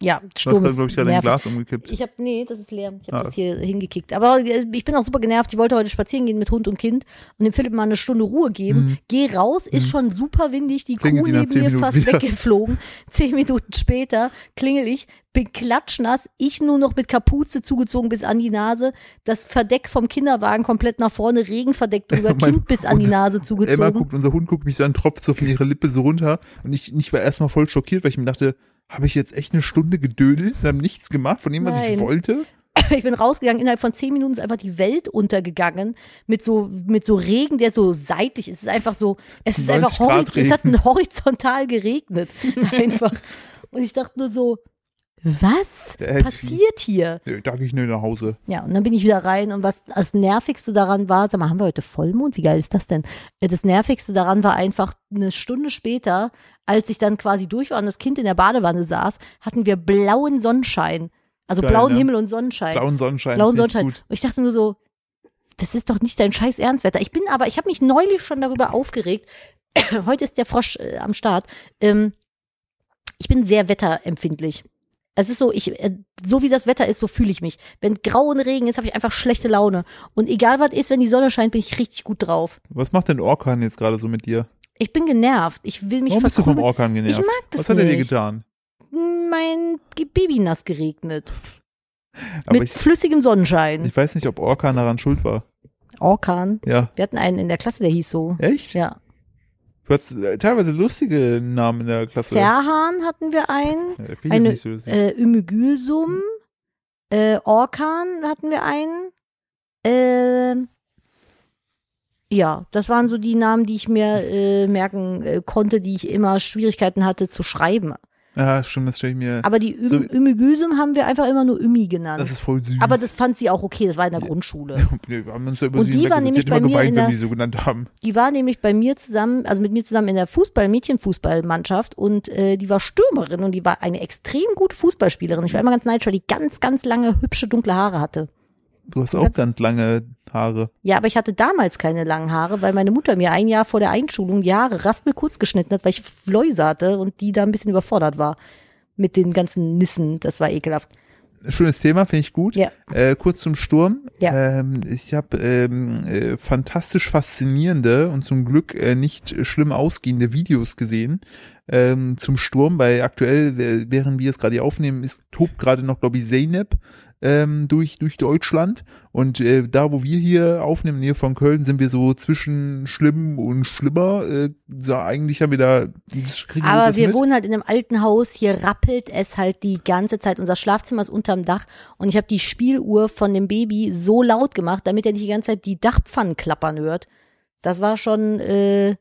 B: ja,
A: Du hast
B: Sturm.
A: gerade,
B: ist
A: glaube ich, gerade ein
B: nervig.
A: Glas umgekippt.
B: Ich habe nee, das ist leer. Ich habe
A: Ah.
B: das hier hingekickt. Aber äh, ich bin auch super genervt. Ich wollte heute spazieren gehen mit Hund und Kind und dem Philipp mal eine Stunde Ruhe geben.
A: Mhm.
B: Geh raus, ist
A: Mhm.
B: schon super windig. Die
A: Klingelt
B: Kuh
A: die nach
B: neben
A: zehn
B: mir
A: Minuten
B: fast
A: wieder.
B: weggeflogen. Zehn Minuten später klingel ich, bin klatschnass, ich nur noch mit Kapuze zugezogen bis an die Nase, das Verdeck vom Kinderwagen komplett nach vorne, Regenverdeck drüber,
A: Mein-
B: Kind bis an die
A: unser-
B: Nase
A: Emma
B: zugezogen.
A: guckt, unser Hund guckt mich so an, tropft so von ihrer Lippe so runter. Und ich, ich war erstmal voll schockiert, weil ich mir dachte, habe ich jetzt echt eine Stunde gedödelt und haben nichts gemacht von dem, was
B: Nein.
A: ich wollte?
B: Ich bin rausgegangen, innerhalb von zehn Minuten ist einfach die Welt untergegangen mit so, mit so Regen, der so seitlich ist. Es ist einfach so, es ist einfach
A: 90 Grad
B: horizontal, es hat ein horizontal geregnet. Einfach. Und ich dachte nur so, was
A: Der Elfi.
B: passiert hier?
A: Nö, da gehe ich nur nach Hause.
B: Ja, und dann bin ich wieder rein und was das Nervigste daran war, sag mal, haben wir heute Vollmond? Wie geil ist das denn? Äh, Das Nervigste daran war einfach eine Stunde später, als ich dann quasi durch war und das Kind in der Badewanne saß, hatten wir blauen Sonnenschein. Also
A: Geil,
B: blauen
A: ne?
B: Himmel und Sonnenschein.
A: Blauen Sonnenschein.
B: Blauen
A: finde ich
B: Sonnenschein.
A: Gut.
B: Und ich dachte nur so, das ist doch nicht dein scheiß Ernstwetter. Ich bin aber, ich habe mich neulich schon darüber aufgeregt. Heute ist der Frosch äh, am Start. Ähm, ich bin sehr wetterempfindlich. Es ist so, ich, äh, so wie das Wetter ist, so fühle ich mich. Wenn grau und Regen ist, habe ich einfach schlechte Laune. Und egal was ist, wenn die Sonne scheint, bin ich richtig gut drauf.
A: Was macht denn Orkan jetzt gerade so mit dir?
B: Ich bin genervt. Ich will mich
A: Warum bist du vom
B: verkrümeln.
A: Orkan genervt?
B: Ich mag das
A: was hat er dir
B: nicht.
A: getan?
B: Mein Ge- Baby nass geregnet.
A: Aber
B: mit
A: ich,
B: flüssigem Sonnenschein.
A: ich weiß nicht, ob Orkan daran schuld war.
B: Orkan.
A: Ja.
B: Wir hatten einen in der Klasse, der hieß so.
A: Echt?
B: Ja.
A: Du hast äh, teilweise lustige Namen in der Klasse.
B: Serhan hatten wir einen,
A: Ja, ich finde
B: eine-
A: das nicht so lustig.
B: äh, Ümügülsum, äh, Orkan hatten wir einen. ähm, ja, das waren so die Namen, die ich mir äh, merken äh, konnte, die ich immer Schwierigkeiten hatte zu schreiben.
A: ja, stimmt, das stelle ich mir.
B: Aber die Üm
A: So-
B: Ümügülsum haben wir einfach immer nur Ümi genannt.
A: Das ist voll süß.
B: Aber das fand sie auch okay, das war in der Grundschule.
A: Nee, wir haben uns da über
B: Und
A: sie
B: die
A: hinweg-
B: war
A: sie
B: nämlich
A: hat immer
B: bei mir
A: geweint,
B: in
A: wenn
B: der-
A: die so genannt haben.
B: Die war nämlich bei mir zusammen, also mit mir zusammen in der Fußball-Mädchen-Fußballmannschaft und äh, die war Stürmerin und die war eine extrem gute Fußballspielerin. Ich war immer ganz neidisch, weil die ganz, ganz lange hübsche dunkle Haare hatte.
A: Du hast auch
B: Hat's-
A: ganz lange Haare.
B: Ja, aber ich hatte damals keine langen Haare, weil meine Mutter mir ein Jahr vor der Einschulung die Haare raspel kurz geschnitten hat, weil ich Läuse hatte und die da ein bisschen überfordert war mit den ganzen Nissen. Das war ekelhaft.
A: Schönes Thema, finde ich gut.
B: Ja.
A: Äh, kurz zum Sturm.
B: Ja.
A: Ähm, ich habe ähm, äh, fantastisch faszinierende und zum Glück äh, nicht schlimm ausgehende Videos gesehen ähm, zum Sturm, weil aktuell, äh, während wir es gerade hier aufnehmen, ist tobt gerade noch, glaube ich, Zeynep ähm, durch, durch Deutschland. Und äh, da, wo wir hier aufnehmen, in der Nähe von Köln, sind wir so zwischen schlimm und schlimmer. Äh, so, eigentlich haben wir da. kriegen
B: Aber
A: das
B: wir
A: mit.
B: wohnen halt in einem alten Haus, hier rappelt es halt die ganze Zeit. Unser Schlafzimmer ist unterm Dach und ich habe die Spieluhr von dem Baby so laut gemacht, damit er nicht die ganze Zeit die Dachpfannen klappern hört. Das war schon äh,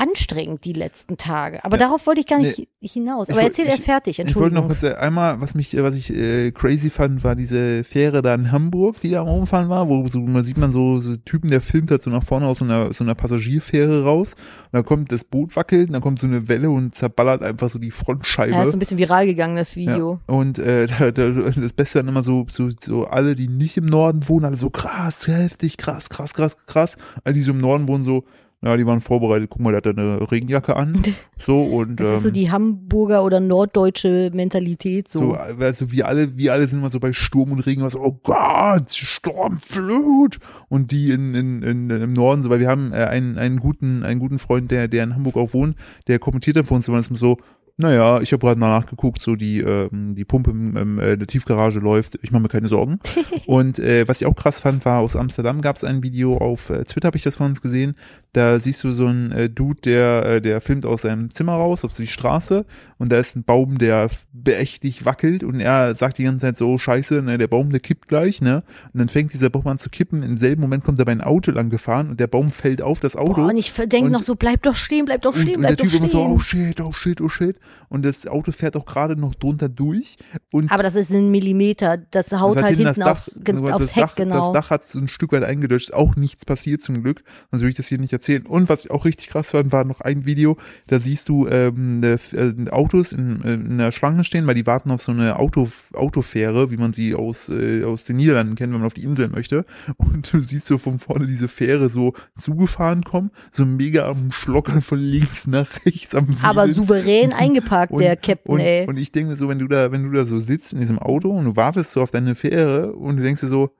B: anstrengend die letzten Tage. Aber
A: Ja.
B: darauf wollte ich gar nicht hinaus.
A: Ich
B: Aber
A: woll-
B: erzähl
A: ich-
B: erst fertig,
A: Ich wollte noch
B: Entschuldigung.
A: kurz äh, einmal, was mich, äh, was ich äh, crazy fand, war diese Fähre da in Hamburg, die da am Rumfahren war, wo so, man sieht man so, so Typen, der filmt halt so nach vorne aus so einer, so einer Passagierfähre raus. Und dann kommt das Boot wackelt, und dann kommt so eine Welle und zerballert einfach so die Frontscheibe.
B: Ja, ist ein bisschen viral gegangen, das
A: Ja.
B: Video.
A: Und äh, da, da, das Beste dann immer so, so, so alle, die nicht im Norden wohnen, alle so krass, heftig, krass, krass, krass, krass. Alle, die so im Norden wohnen, so, na, die waren vorbereitet, guck mal, der hat da eine Regenjacke an. So und
B: Das ist so
A: ähm,
B: die Hamburger oder norddeutsche Mentalität. halt So.
A: So, also wir alle, wir alle sind immer so bei Sturm und Regen, was, oh Gott, Sturm, Flut. Und die in, in, in, im Norden, so, weil wir haben äh, einen, einen guten, einen guten Freund, der, der in Hamburg auch wohnt, der kommentiert dann für uns immer das so, naja, ich habe gerade mal nachgeguckt, so die, ähm, die Pumpe im, im, äh, in der Tiefgarage läuft, ich mache mir keine Sorgen. Und äh, was ich auch krass fand, war aus Amsterdam gab es ein Video, auf äh, Twitter habe ich das von uns gesehen, Da siehst du so einen äh, Dude, der, äh, der filmt aus seinem Zimmer raus, auf die Straße, und da ist ein Baum, der beächtlich wackelt, und er sagt die ganze Zeit so, scheiße, ne, der Baum, der kippt gleich, ne? Und dann fängt dieser Baum an zu kippen, im selben Moment kommt dabei ein Auto lang gefahren, und der Baum fällt auf das Auto.
B: Boah, und ich denke
A: Und-
B: noch so, bleib doch stehen, bleib doch
A: Und,
B: stehen,
A: und der
B: bleib doch
A: Typ immer
B: stehen.
A: so, oh shit, oh shit, oh shit. Und das Auto fährt auch gerade noch drunter durch. Und
B: Aber das ist ein Millimeter, das haut
A: das hat
B: halt
A: hinten
B: hinten aufs, ge-
A: das
B: aufs
A: Dach,
B: Heck, genau.
A: Das Dach hat so ein Stück weit eingedeutscht, ist auch nichts passiert zum Glück, sonst würde ich das hier nicht erzählen. Und was ich auch richtig krass fand, war noch ein Video, da siehst du ähm, ne, F- äh, Autos in, äh, in der Schlange stehen, weil die warten auf so eine Auto, Autofähre, wie man sie aus, äh, aus den Niederlanden kennt, wenn man auf die Inseln möchte. Und du siehst so von vorne diese Fähre so zugefahren kommen, so mega am Schlockern von links nach rechts am Wieseln.
B: Aber souverän eingeparkt, der Captain,
A: und,
B: ey.
A: Und ich denke mir so, wenn du da, wenn du da so sitzt in diesem Auto und du wartest so auf deine Fähre und du denkst dir so,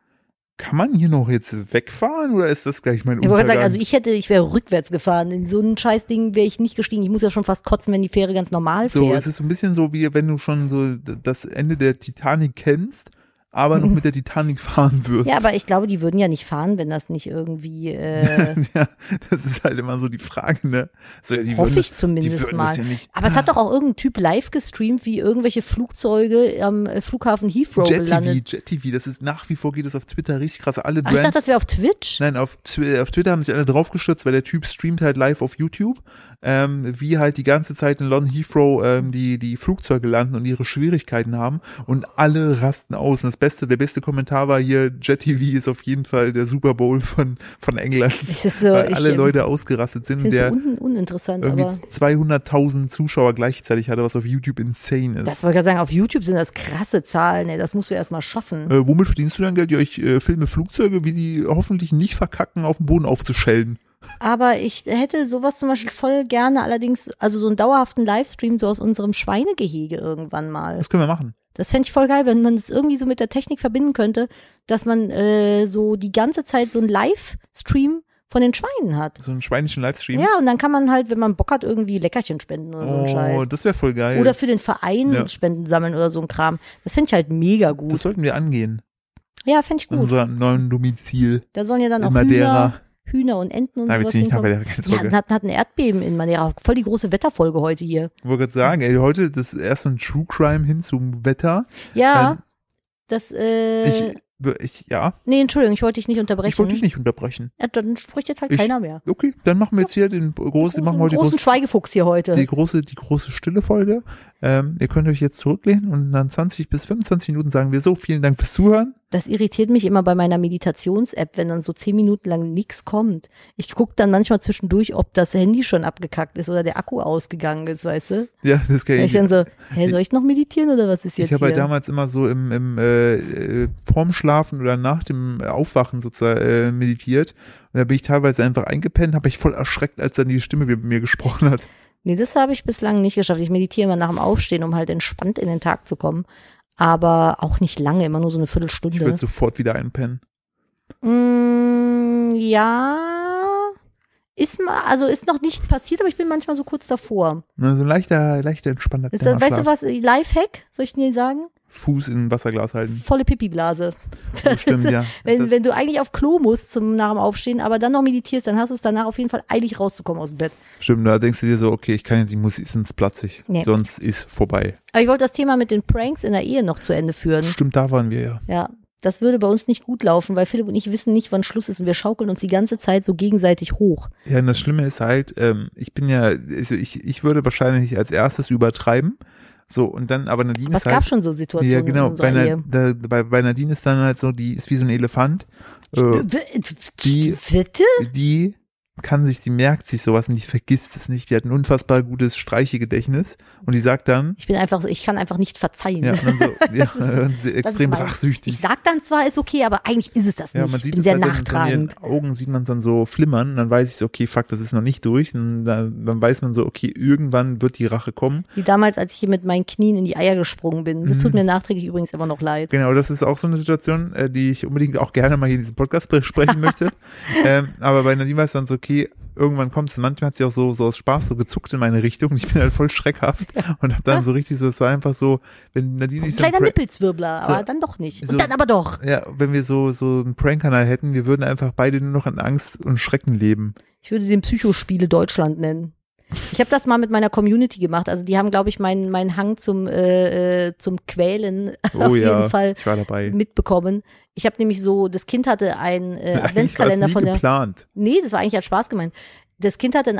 A: kann man hier noch jetzt wegfahren oder ist das gleich mein
B: Ich wollte
A: Untergang?
B: gerade sagen, also ich hätte, ich wäre rückwärts gefahren. In so ein Scheißding wäre ich nicht gestiegen. Ich muss ja schon fast kotzen, wenn die Fähre ganz normal
A: so,
B: fährt.
A: es ist so ein bisschen so, wie wenn du schon so d- das Ende der Titanic kennst, aber noch mit der Titanic fahren wirst.
B: Mhm. ja, aber ich glaube, die würden ja nicht fahren, wenn das nicht irgendwie. Äh,
A: ja, das ist halt immer so die Frage, ne? So, ja, die
B: Hoffe
A: würden
B: ich
A: das, die
B: zumindest
A: würden
B: mal.
A: Das ja nicht.
B: aber es hat doch auch irgendein Typ live gestreamt, wie irgendwelche Flugzeuge am äh, Flughafen Heathrow
A: Jet
B: gelandet.
A: TV, Jet TV, das ist nach wie vor geht es auf Twitter richtig krass. Alle
B: Ach, ich
A: Brands
B: dachte, das wäre auf Twitch.
A: Nein, auf, Twi- auf Twitter haben sich alle draufgestürzt, weil der Typ streamt halt live auf YouTube, ähm, wie halt die ganze Zeit in London Heathrow ähm, die, die Flugzeuge landen und ihre Schwierigkeiten haben und alle rasten aus. Und das Beste, der beste Kommentar war hier, Jet TV ist auf jeden Fall der Super Bowl von, von England,
B: Das ist so,
A: weil
B: ich
A: alle
B: ähm,
A: Leute ausgerastet sind und
B: finde es so
A: der
B: un uninteressant,
A: irgendwie
B: aber.
A: 200.000 Zuschauer gleichzeitig hatte, was auf YouTube insane ist.
B: Das wollte ich gerade sagen, auf YouTube sind das krasse Zahlen, ey. Das musst du erst mal schaffen.
A: Äh, womit verdienst du dein Geld? Ja, ich äh, filme Flugzeuge, wie sie hoffentlich nicht verkacken, auf dem Boden aufzuschellen.
B: Aber ich hätte sowas zum Beispiel voll gerne allerdings, also so einen dauerhaften Livestream so aus unserem Schweinegehege irgendwann mal.
A: Das können wir machen.
B: Das fände ich voll geil, wenn man das irgendwie so mit der Technik verbinden könnte, dass man äh, so die ganze Zeit so einen Livestream von den Schweinen hat.
A: So einen schweinischen Livestream.
B: Ja, und dann kann man halt, wenn man Bock hat, irgendwie Leckerchen spenden oder so einen
A: Oh,
B: Scheiß.
A: das wäre voll geil.
B: Oder für den Verein
A: Ja.
B: Spenden sammeln oder so ein Kram. Das fände ich halt mega
A: das
B: gut.
A: sollten wir angehen.
B: Ja, fände ich
A: In
B: gut.
A: unserem neuen Domizil
B: Da sollen ja dann
A: in
B: auch Hühner,
A: Madeira.
B: Hühner und Enten und
A: Nein, wir
B: sowas
A: ziehen nicht nach
B: hinkommen.
A: Madeira, keine
B: Ja,
A: Sorge.
B: hat, hat ein Erdbeben in Madeira. Voll die große Wetterfolge heute hier.
A: ich wollte gerade sagen, ey, heute das ist erst so ein True Crime hin zum Wetter.
B: Ja,
A: Ähm,
B: das, äh,
A: ich, ich, ja,
B: nee, Entschuldigung, ich wollte dich nicht unterbrechen.
A: ich wollte dich nicht unterbrechen.
B: ja, dann spricht jetzt halt
A: Ich-
B: keiner mehr.
A: Okay, dann machen wir jetzt hier den großen, machen wir heute die
B: großen
A: große,
B: Schweigefuchs hier heute.
A: die große, die große stille Folge. Ähm, ihr könnt euch jetzt zurücklehnen und dann 20 bis 25 Minuten sagen wir so, vielen Dank fürs Zuhören.
B: Das irritiert mich immer bei meiner Meditations-App, wenn dann so zehn Minuten lang nichts kommt. Ich gucke dann manchmal zwischendurch, ob das Handy schon abgekackt ist oder der Akku ausgegangen ist, weißt du?
A: Ja, das kann
B: Wenn
A: ich.
B: ich dann so, hä, soll ich noch meditieren oder was ist jetzt
A: Ich habe halt
B: hier?
A: damals immer so im, im äh, äh, vorm Schlafen oder nach dem Aufwachen sozusagen äh, meditiert. Und da bin ich teilweise einfach eingepennt, habe ich voll erschreckt, als dann die Stimme mit mir gesprochen hat.
B: Nee, das habe ich bislang nicht geschafft. Ich meditiere immer nach dem Aufstehen, um halt entspannt in den Tag zu kommen. Aber auch nicht lange, immer nur so eine
A: Ich
B: Viertelstunde.
A: würde sofort wieder einpennen.
B: Mm, ja. Ist mal, also ist noch nicht passiert, aber ich bin manchmal so kurz davor.
A: Na, Ne, so ein leichter, leichter, entspannter
B: Ist das,
A: kleiner
B: weißt du
A: Schlaf.
B: was, Lifehack, soll ich dir sagen?
A: Fuß in ein Wasserglas halten.
B: Volle Pipi-Blase.
A: Bestimmt, ja.
B: Wenn,
A: das,
B: wenn du eigentlich auf Klo musst zum nach dem Aufstehen, aber dann noch meditierst, dann hast du es danach auf jeden Fall eilig rauszukommen aus dem Bett.
A: stimmt, da denkst du dir so, okay, ich kann jetzt, ich muss, ist ins Platzig.
B: Nee.
A: Sonst ist vorbei.
B: Aber ich wollte das Thema mit den Pranks in der Ehe noch zu Ende führen.
A: Stimmt, da waren wir ja.
B: Ja, das würde bei uns nicht gut laufen, weil Philipp und ich wissen nicht, wann Schluss ist und wir schaukeln uns die ganze Zeit so gegenseitig hoch.
A: Ja, und das Schlimme ist halt, ähm, ich bin ja, also ich, ich würde wahrscheinlich als erstes übertreiben. So, und dann, aber Nadine
B: Aber es
A: ist halt.
B: gab schon so Situationen
A: Ja, genau.
B: in
A: Bei,
B: unserer
A: Na,
B: Ehe.
A: da, bei, bei Nadine ist dann halt so, die ist wie so ein Elefant. Äh, die-
B: Bitte?
A: die kann sich, die merkt sich sowas und die vergisst es nicht. Die hat ein unfassbar gutes Streichegedächtnis und die sagt dann,
B: Ich bin einfach, ich kann einfach nicht verzeihen.
A: ja, und dann so, ja, und sie extrem
B: mein-
A: rachsüchtig.
B: Ich sag dann zwar, ist okay, aber eigentlich ist es das
A: Ja,
B: nicht.
A: man
B: ich
A: sieht
B: bin
A: es
B: sehr
A: halt dann von ihren
B: nachtragend.
A: Augen, sieht man es dann so flimmern und dann weiß ich so, okay, fuck, das ist noch nicht durch. Und dann, dann weiß man so, okay, irgendwann wird die Rache kommen.
B: Wie damals, als ich hier mit meinen Knien in die Eier gesprungen bin. Das
A: Mhm.
B: tut mir nachträglich übrigens immer noch leid.
A: Genau, das ist auch so eine Situation, äh, die ich unbedingt auch gerne mal hier in diesem Podcast besprechen möchte. ähm, aber bei Nadine war es dann so, okay, irgendwann kommt es. Manchmal hat sie auch so, so aus Spaß so gezuckt in meine Richtung und ich bin halt voll schreckhaft und hab dann so richtig so, es war einfach so, wenn Nadine nicht so ein
B: Kleiner
A: Prank-
B: Nippelzwirbler,
A: so-
B: aber dann doch nicht. Und
A: so-
B: dann aber doch.
A: ja, wenn wir so, so einen Prank-Kanal hätten, wir würden einfach beide nur noch in Angst und Schrecken leben.
B: Ich würde den Psychospiele Deutschland nennen. Ich habe das mal mit meiner Community gemacht. Also die haben, glaube ich, meinen meinen Hang zum äh, äh, zum Quälen
A: Oh
B: auf
A: ja,
B: jeden Fall Äh,
A: ich war dabei.
B: mitbekommen. Ich habe nämlich so, das Kind hatte einen äh,
A: Eigentlich war das
B: Adventskalender
A: nie
B: von der
A: geplant.
B: Nee, das war eigentlich als Spaß gemeint. Das Kind hatte einen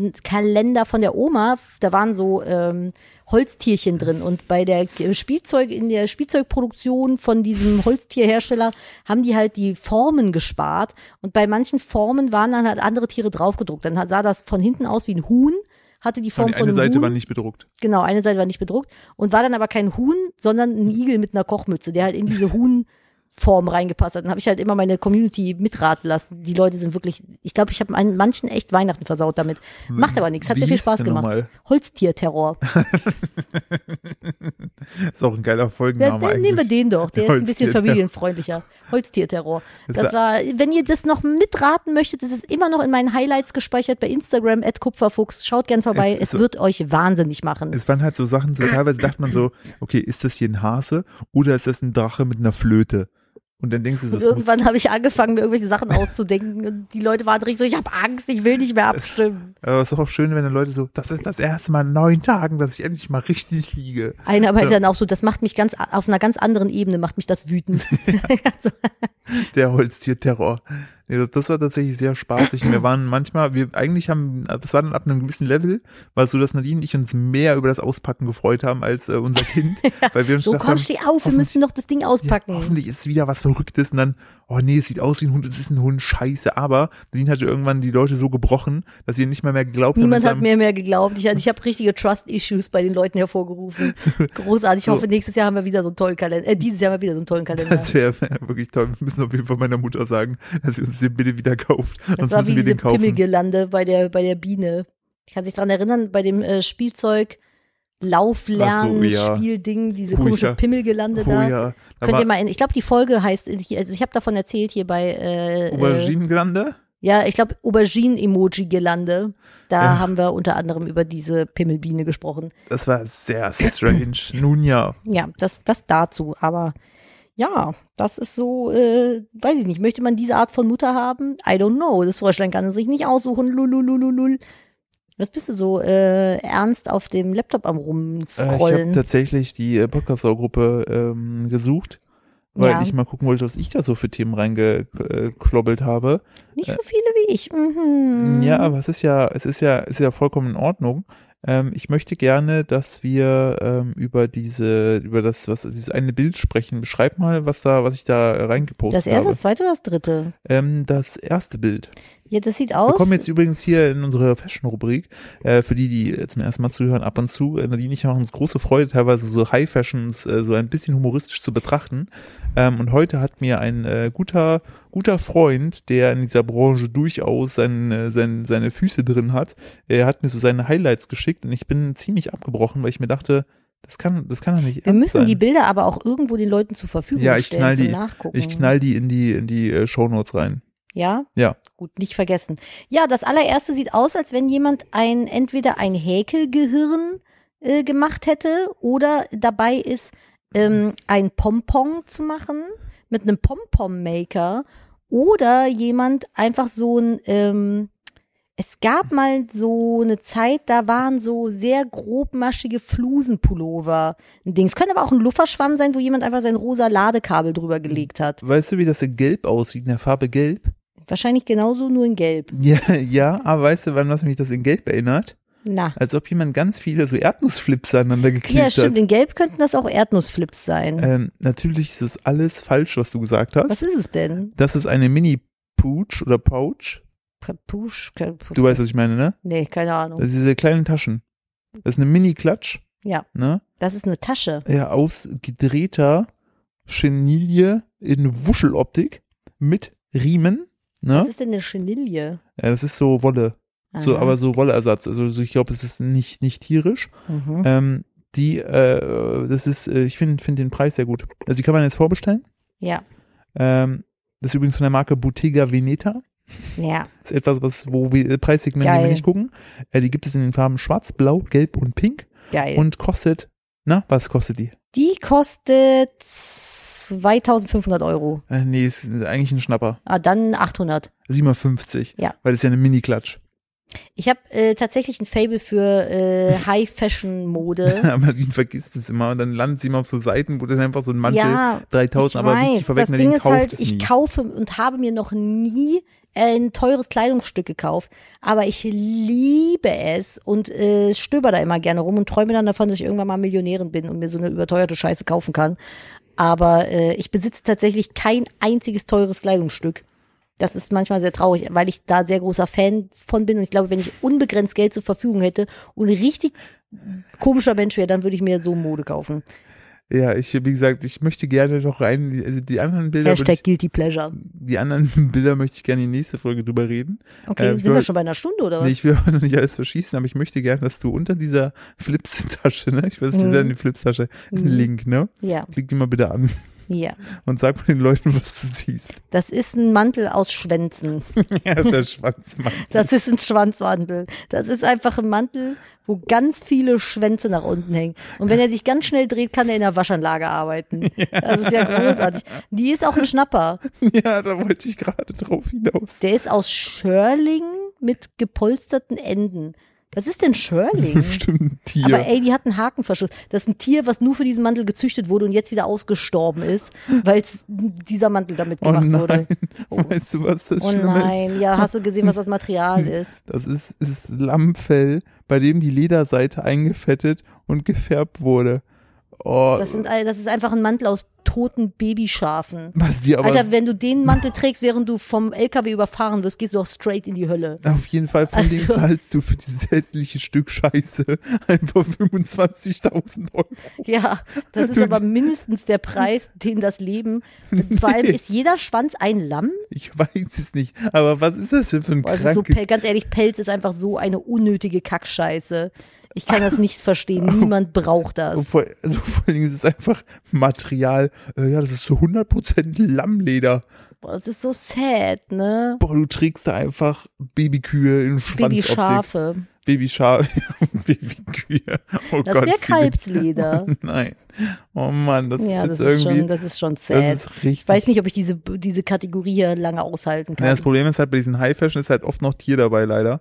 B: Adventskalender von der Oma, da waren so ähm, Holztierchen drin und bei der K- Spielzeug in der Spielzeugproduktion von diesem Holztierhersteller haben die halt die Formen gespart und bei manchen Formen waren dann halt andere Tiere draufgedruckt. Dann hat- sah das von hinten aus wie ein Huhn, hatte die Form
A: Und die
B: von
A: eine
B: einem
A: Seite
B: Huhn.
A: war nicht bedruckt.
B: Genau, eine Seite war nicht bedruckt und war dann aber kein Huhn, sondern ein Igel mit einer Kochmütze, der halt in diese Huhnform reingepasst hat. Dann habe ich halt immer meine Community mitraten lassen. Die Leute sind wirklich, ich glaube, ich habe an manchen echt Weihnachten versaut damit. Macht aber nichts,
A: Hm.
B: hat
A: Wie
B: sehr viel
A: hieß
B: Spaß
A: der
B: gemacht.
A: nochmal?
B: Holztierterror.
A: Ist auch ein geiler
B: Ja,
A: Folgenname
B: dann nehmen wir
A: eigentlich.
B: den doch, der ist ein bisschen
A: Holztierterror.
B: familienfreundlicher. Holztierterror. Das
A: Das
B: war, wenn ihr das noch mitraten möchtet, das ist immer noch in meinen Highlights gespeichert bei Instagram, Kupferfuchs. Schaut gern vorbei,
A: Es-
B: es, wird euch wahnsinnig machen.
A: Es waren halt so Sachen, so teilweise dachte man so, okay, ist das hier ein Hase oder ist das ein Drache mit einer Flöte? Und dann denkst du, so,
B: Und
A: das muss
B: irgendwann habe ich angefangen, mir irgendwelche Sachen auszudenken. Und die Leute waren richtig so, ich habe Angst, ich will nicht mehr abstimmen.
A: Aber es ist auch schön, wenn dann Leute so, das ist das erste Mal in neun Tagen, dass ich endlich mal richtig liege.
B: Einer aber
A: So.
B: dann auch so, das macht mich ganz, auf einer ganz anderen Ebene macht mich das wütend. so,
A: Der Holztierterror. Ja, Das war tatsächlich sehr spaßig. Wir waren manchmal, wir eigentlich haben, es war dann ab einem gewissen Level, war es so, dass Nadine und ich uns mehr über das Auspacken gefreut haben als äh, unser Kind, weil wir uns
B: so
A: gedacht
B: komm,
A: haben,
B: steh auf, wir
A: hoffentlich-
B: müssen noch das Ding auspacken.
A: Ja, hoffentlich ist wieder was Verrücktes und dann, oh nee, es sieht aus wie ein Hund, es ist ein Hund, scheiße. Aber Nadine hatte irgendwann die Leute so gebrochen, dass sie nicht mehr mehr geglaubt
B: Niemand hat
A: haben. mit
B: mir mehr geglaubt. Ich, ich habe richtige Trust-Issues bei den Leuten hervorgerufen. Großartig. Ich
A: So.
B: hoffe, nächstes Jahr haben wir wieder so einen tollen Kalender. Äh, dieses Jahr haben wir wieder so einen tollen Kalender.
A: Das wäre wirklich toll. Wir müssen auf jeden Fall meiner Mutter sagen, dass sie uns den bitte wieder kauft.
B: Das
A: Sonst
B: war wie
A: müssen wir
B: diese
A: den kaufen.
B: Pimmelgirlande bei der, bei der Biene. Ich kann sich dran erinnern, bei dem äh, Spielzeug Lauflernen,
A: Ach so, ja.
B: Spielding, diese
A: Oh,
B: komische
A: ja.
B: Pimmelgelande
A: Oh
B: da.
A: ja. Da
B: Könnt
A: war
B: ihr mal in, ich glaube, die Folge heißt, ich- also ich habe davon erzählt hier bei, äh, äh,
A: Auberginengrande?
B: ja, ich glaube, Aubergine-Emoji-Gelande. Da
A: Ja.
B: haben wir unter anderem über diese Pimmelbiene gesprochen.
A: Das war sehr strange. Nun ja. äh,
B: Ja, das, das dazu, aber ja, das ist so, äh, weiß ich nicht, möchte man diese Art von Mutter haben? I don't know, das Fräulein kann es sich nicht aussuchen, lululululul. Was bist du so äh, ernst auf dem Laptop am
A: Äh, ich habe
B: rumscrollen?
A: tatsächlich die äh, Podcast-Gruppe ähm, gesucht, weil
B: Ja.
A: ich mal gucken wollte, was ich da so für Themen reingeklobbelt habe.
B: nicht so viele wie ich. Mhm.
A: äh, Ja, aber es ist ja, es ist ja, es ist ja vollkommen in Ordnung. Ähm, ich möchte gerne, dass wir ähm, über diese, über das, was dieses eine Bild sprechen. Beschreib mal, was da, was ich da äh,
B: das
A: reingepostet
B: erste,
A: habe.
B: das zweite oder das dritte?
A: Ähm, das erste Bild.
B: Ja, das sieht
A: Wir
B: aus.
A: kommen jetzt übrigens hier in unsere Fashion-Rubrik. Äh, für die, die äh, zum ersten Mal zuhören, ab und zu, äh, Nadine und ich machen uns große Freude, teilweise so High-Fashions äh, so ein bisschen humoristisch zu betrachten. Ähm, und heute hat mir ein äh, guter, guter Freund, der in dieser Branche durchaus sein, äh, sein, seine Füße drin hat, er hat mir so seine Highlights geschickt und ich bin ziemlich abgebrochen, weil ich mir dachte, das kann, das kann doch nicht
B: wir
A: ernst
B: müssen
A: sein.
B: die Bilder aber auch irgendwo den Leuten zur Verfügung
A: Ja, ich
B: stellen
A: knall die-
B: zum Nachgucken.
A: ich knall die in die, in die äh, Shownotes rein.
B: Ja?
A: Ja.
B: Gut, nicht vergessen. Ja, das allererste sieht aus, als wenn jemand ein, entweder ein Häkelgehirn äh, gemacht hätte oder dabei ist, ähm, ein Pompon zu machen mit einem Pompom-Maker oder jemand einfach so ein, ähm, es gab mal so eine Zeit, da waren so sehr grobmaschige Flusenpullover ein Ding. Es könnte aber auch ein Lufferschwamm sein, wo jemand einfach sein rosa Ladekabel drüber gelegt hat.
A: Weißt du, wie das in Gelb aussieht, in der Farbe Gelb?
B: Wahrscheinlich genauso, nur in Gelb.
A: Ja, ja, aber weißt du, wann was mich das in Gelb erinnert?
B: Na.
A: Als ob jemand ganz viele so Erdnussflips aneinander geklebt
B: Ja, stimmt.
A: hat.
B: In Gelb könnten das auch Erdnussflips sein.
A: Ähm, natürlich ist es alles falsch, was du gesagt hast.
B: Was ist es denn?
A: Das ist eine Mini-Pooch oder Pouch.
B: Kapusch, kapusch.
A: Du weißt, was ich meine, ne?
B: Nee, keine Ahnung.
A: Das ist diese kleinen Taschen. Das ist eine Mini-Klatsch,
B: Ja,
A: ne?
B: das ist eine Tasche.
A: Ja, aus gedrehter Chenille in Wuscheloptik mit Riemen,
B: Was
A: ne?
B: ist Ah. denn eine Chenille?
A: Ja, das ist so Wolle. So,
B: Aha.
A: aber so Wolleersatz. Also so, ich glaube, es ist nicht, nicht tierisch.
B: Mhm.
A: Ähm, die, äh, das ist, äh, ich finde find den Preis sehr gut. Also die kann man jetzt vorbestellen.
B: Ja,
A: Ähm, das ist übrigens von der Marke Bottega Veneta.
B: ja.
A: Ist etwas, was, wo wir äh, Preissegmente die wir
B: Geil.
A: nicht gucken. Äh, die gibt es in den Farben Schwarz, Blau, Gelb und Pink
B: Geil.
A: und kostet, na, was kostet die?
B: Die kostet 2500 Euro.
A: Äh, nee, ist eigentlich ein Schnapper.
B: Ah, dann 800.
A: 750.
B: Ja.
A: Weil das ist ja eine Mini-Klatsch.
B: Ich habe äh, tatsächlich ein Fable für äh, High-Fashion-Mode.
A: Aber die vergisst es immer und dann landet sie immer auf so Seiten, wo dann einfach so ein Mantel
B: Ja,
A: 3000, aber wichtig
B: das
A: verwechseln,
B: Ding
A: den
B: ist
A: kauft
B: halt,
A: es
B: ich
A: nie.
B: kaufe und habe mir noch nie äh, ein teures Kleidungsstück gekauft. Aber ich liebe es und äh, stöber da immer gerne rum und träume dann davon, dass ich irgendwann mal Millionärin bin und mir so eine überteuerte Scheiße kaufen kann. Aber äh, ich besitze tatsächlich kein einziges teures Kleidungsstück. Das ist manchmal sehr traurig, weil ich da sehr großer Fan von bin. Und ich glaube, wenn ich unbegrenzt Geld zur Verfügung hätte und ein richtig komischer Mensch wäre, dann würde ich mir so Mode kaufen.
A: Ja, ich, wie gesagt, ich möchte gerne noch rein, also die anderen Bilder, würde
B: Hashtag
A: ich,
B: Guilty Pleasure.
A: die anderen Bilder möchte ich gerne in die nächste Folge drüber reden.
B: Okay,
A: Äh, ich
B: sind
A: will-
B: wir schon bei einer Stunde oder was?
A: Nee, ich will auch noch nicht alles verschießen, aber ich möchte gerne, dass du unter dieser Flips-Tasche, ne? Ich weiß nicht,
B: Mhm.
A: mhm. die Flips-Tasche ist ein
B: Mhm.
A: Link, ne?
B: Ja,
A: Klick die mal bitte an
B: ja.
A: und sag mal den Leuten, was du siehst.
B: Das ist ein Mantel aus Schwänzen.
A: ja, ist der Schwanzmann.
B: Das ist ein Schwanzmantel. Das ist einfach ein Mantel, wo ganz viele Schwänze nach unten hängen. Und wenn er sich ganz schnell dreht, kann er in der Waschanlage arbeiten. Das ist ja großartig. Die ist auch ein Schnapper.
A: Ja, da wollte ich gerade drauf hinaus.
B: Der ist aus Schörling mit gepolsterten Enden. Was ist denn Schörling?
A: Bestimmt ein Tier.
B: Aber ey, die hat einen Hakenverschluss. Das ist ein Tier, was nur für diesen Mantel gezüchtet wurde und jetzt wieder ausgestorben ist, weil dieser Mantel damit
A: oh
B: gemacht
A: nein.
B: wurde.
A: Weißt du, was das
B: Oh
A: Schlimme ist?
B: nein, ja, hast du gesehen, was das Material ist?
A: Das ist, ist Lammfell, bei dem die Lederseite eingefettet und gefärbt wurde. Oh,
B: Das, sind, all- das ist einfach ein Mantel aus toten Babyschafen.
A: was die aber
B: Alter, wenn du den Mantel trägst, während du vom LKW überfahren wirst, gehst du auch straight in die Hölle.
A: Auf jeden Fall, von dem
B: Also-
A: zahlst du für dieses hässliche Stück Scheiße einfach 25.000 Euro.
B: Ja, das ist
A: Du-
B: aber mindestens der Preis, den das Leben. Vor allem ist jeder Schwanz ein Lamm.
A: Ich weiß es nicht, aber was ist das denn für ein
B: Boah, es ist so,
A: krankes...
B: Pel- ganz ehrlich, Pelz ist einfach so eine unnötige Kackscheiße. Ich kann das nicht verstehen.
A: Oh.
B: Niemand braucht
A: So
B: das.
A: vor, also vor allen Dingen ist es einfach Material. Äh, ja, das ist so 100% Lammleder.
B: Boah, das ist so sad, ne?
A: Boah, du trägst da einfach Babykühe in Schwanzoptik.
B: Babyschafe.
A: Babyschafe. Babykühe. Oh
B: Das
A: Gott.
B: wäre
A: wie-
B: Kalbsleder.
A: Nein. Oh Mann, das
B: Ja,
A: ist
B: das
A: jetzt
B: ist,
A: irgendwie...
B: schon, das ist schon sad.
A: das ist richtig
B: Ich weiß nicht, ob ich diese, diese Kategorie hier lange aushalten
A: Ja,
B: kann.
A: das Problem ist halt, bei diesen High-Fashion ist halt oft noch Tier dabei, leider.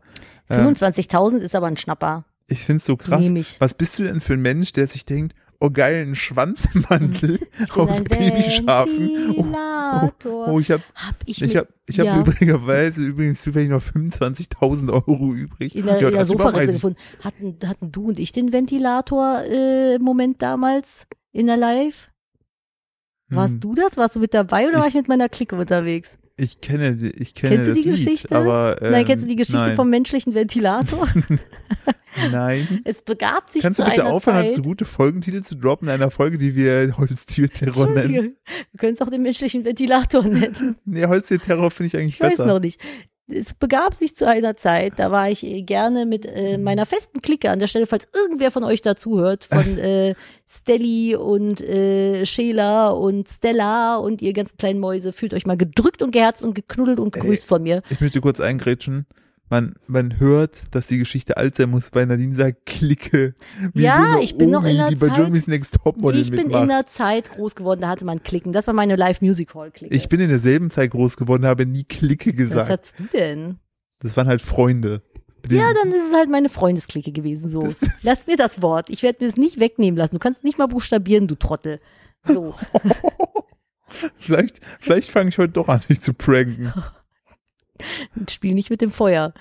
A: Ähm,
B: 25.000 ist aber ein Schnapper.
A: Ich find's so krass.
B: Nehm ich.
A: Was bist du denn für ein Mensch, der sich denkt, oh geil, ein Schwanzmantel
B: Bin
A: aus
B: ein
A: Babyschafen. Oh,
B: Ventilator.
A: oh, ich habe
B: hab ich,
A: ich
B: mir-
A: hab, ich hab
B: ja,
A: übrigerweise übrigens zufällig noch 25.000 Euro übrig. also
B: in der, also
A: ja,
B: in der
A: das überweise
B: Sofaritze
A: ich.
B: gefunden. Hatten, hatten du und ich den Ventilator-Moment damals in der Live? Warst
A: Hm,
B: du das? Warst du mit dabei oder
A: Ich-
B: war ich mit meiner Clique unterwegs?
A: Ich kenne, die- ich kenne
B: Kennst du
A: das
B: die
A: Lied,
B: Geschichte?
A: aber, ähm,
B: nein, kennst du die Geschichte
A: nein,
B: vom menschlichen Ventilator?
A: Nein.
B: es begab sich
A: Kannst
B: zu
A: du bitte
B: einer
A: aufhören,
B: Zeit,
A: so gute Folgentitel zu droppen in einer Folge, die wir Holztierterror nennen?
B: Entschuldige, wir können es auch den menschlichen Ventilator nennen.
A: Nee, Holztierterror finde ich eigentlich
B: Ich weiß
A: besser.
B: noch nicht. Es begab sich zu einer Zeit, da war ich äh, gerne mit äh,
A: Mhm.
B: meiner festen Clique an der Stelle, falls irgendwer von euch dazuhört, von äh, Stelli und äh, Sheila und Stella und ihr ganzen kleinen Mäuse, fühlt euch mal gedrückt und geherzt und geknuddelt und gegrüßt von mir.
A: Ich möchte kurz eingrätschen. Man, man hört, dass die Geschichte alt sein muss bei einer Linsa-Klicke. Wie
B: Ja,
A: so eine
B: ich bin noch in
A: Omi,
B: der
A: die bei
B: Zeit-
A: Germany's Next Topmodel
B: ich bin
A: mitmacht.
B: in der Zeit groß geworden, da hatte man Klicken. Das war meine Live-Music-Hall-Clique.
A: ich bin in derselben Zeit groß geworden, habe nie Clique
B: Was
A: gesagt.
B: hast du denn?
A: Das waren halt Freunde. Mit denen-
B: Ja, dann ist es halt meine Freundesklicke gewesen. So, lass mir das Wort. Ich werde mir es nicht wegnehmen lassen. Du kannst nicht mal buchstabieren, du Trottel. So.
A: vielleicht vielleicht fange ich heute doch an, dich zu pranken.
B: Spiel nicht mit dem Feuer.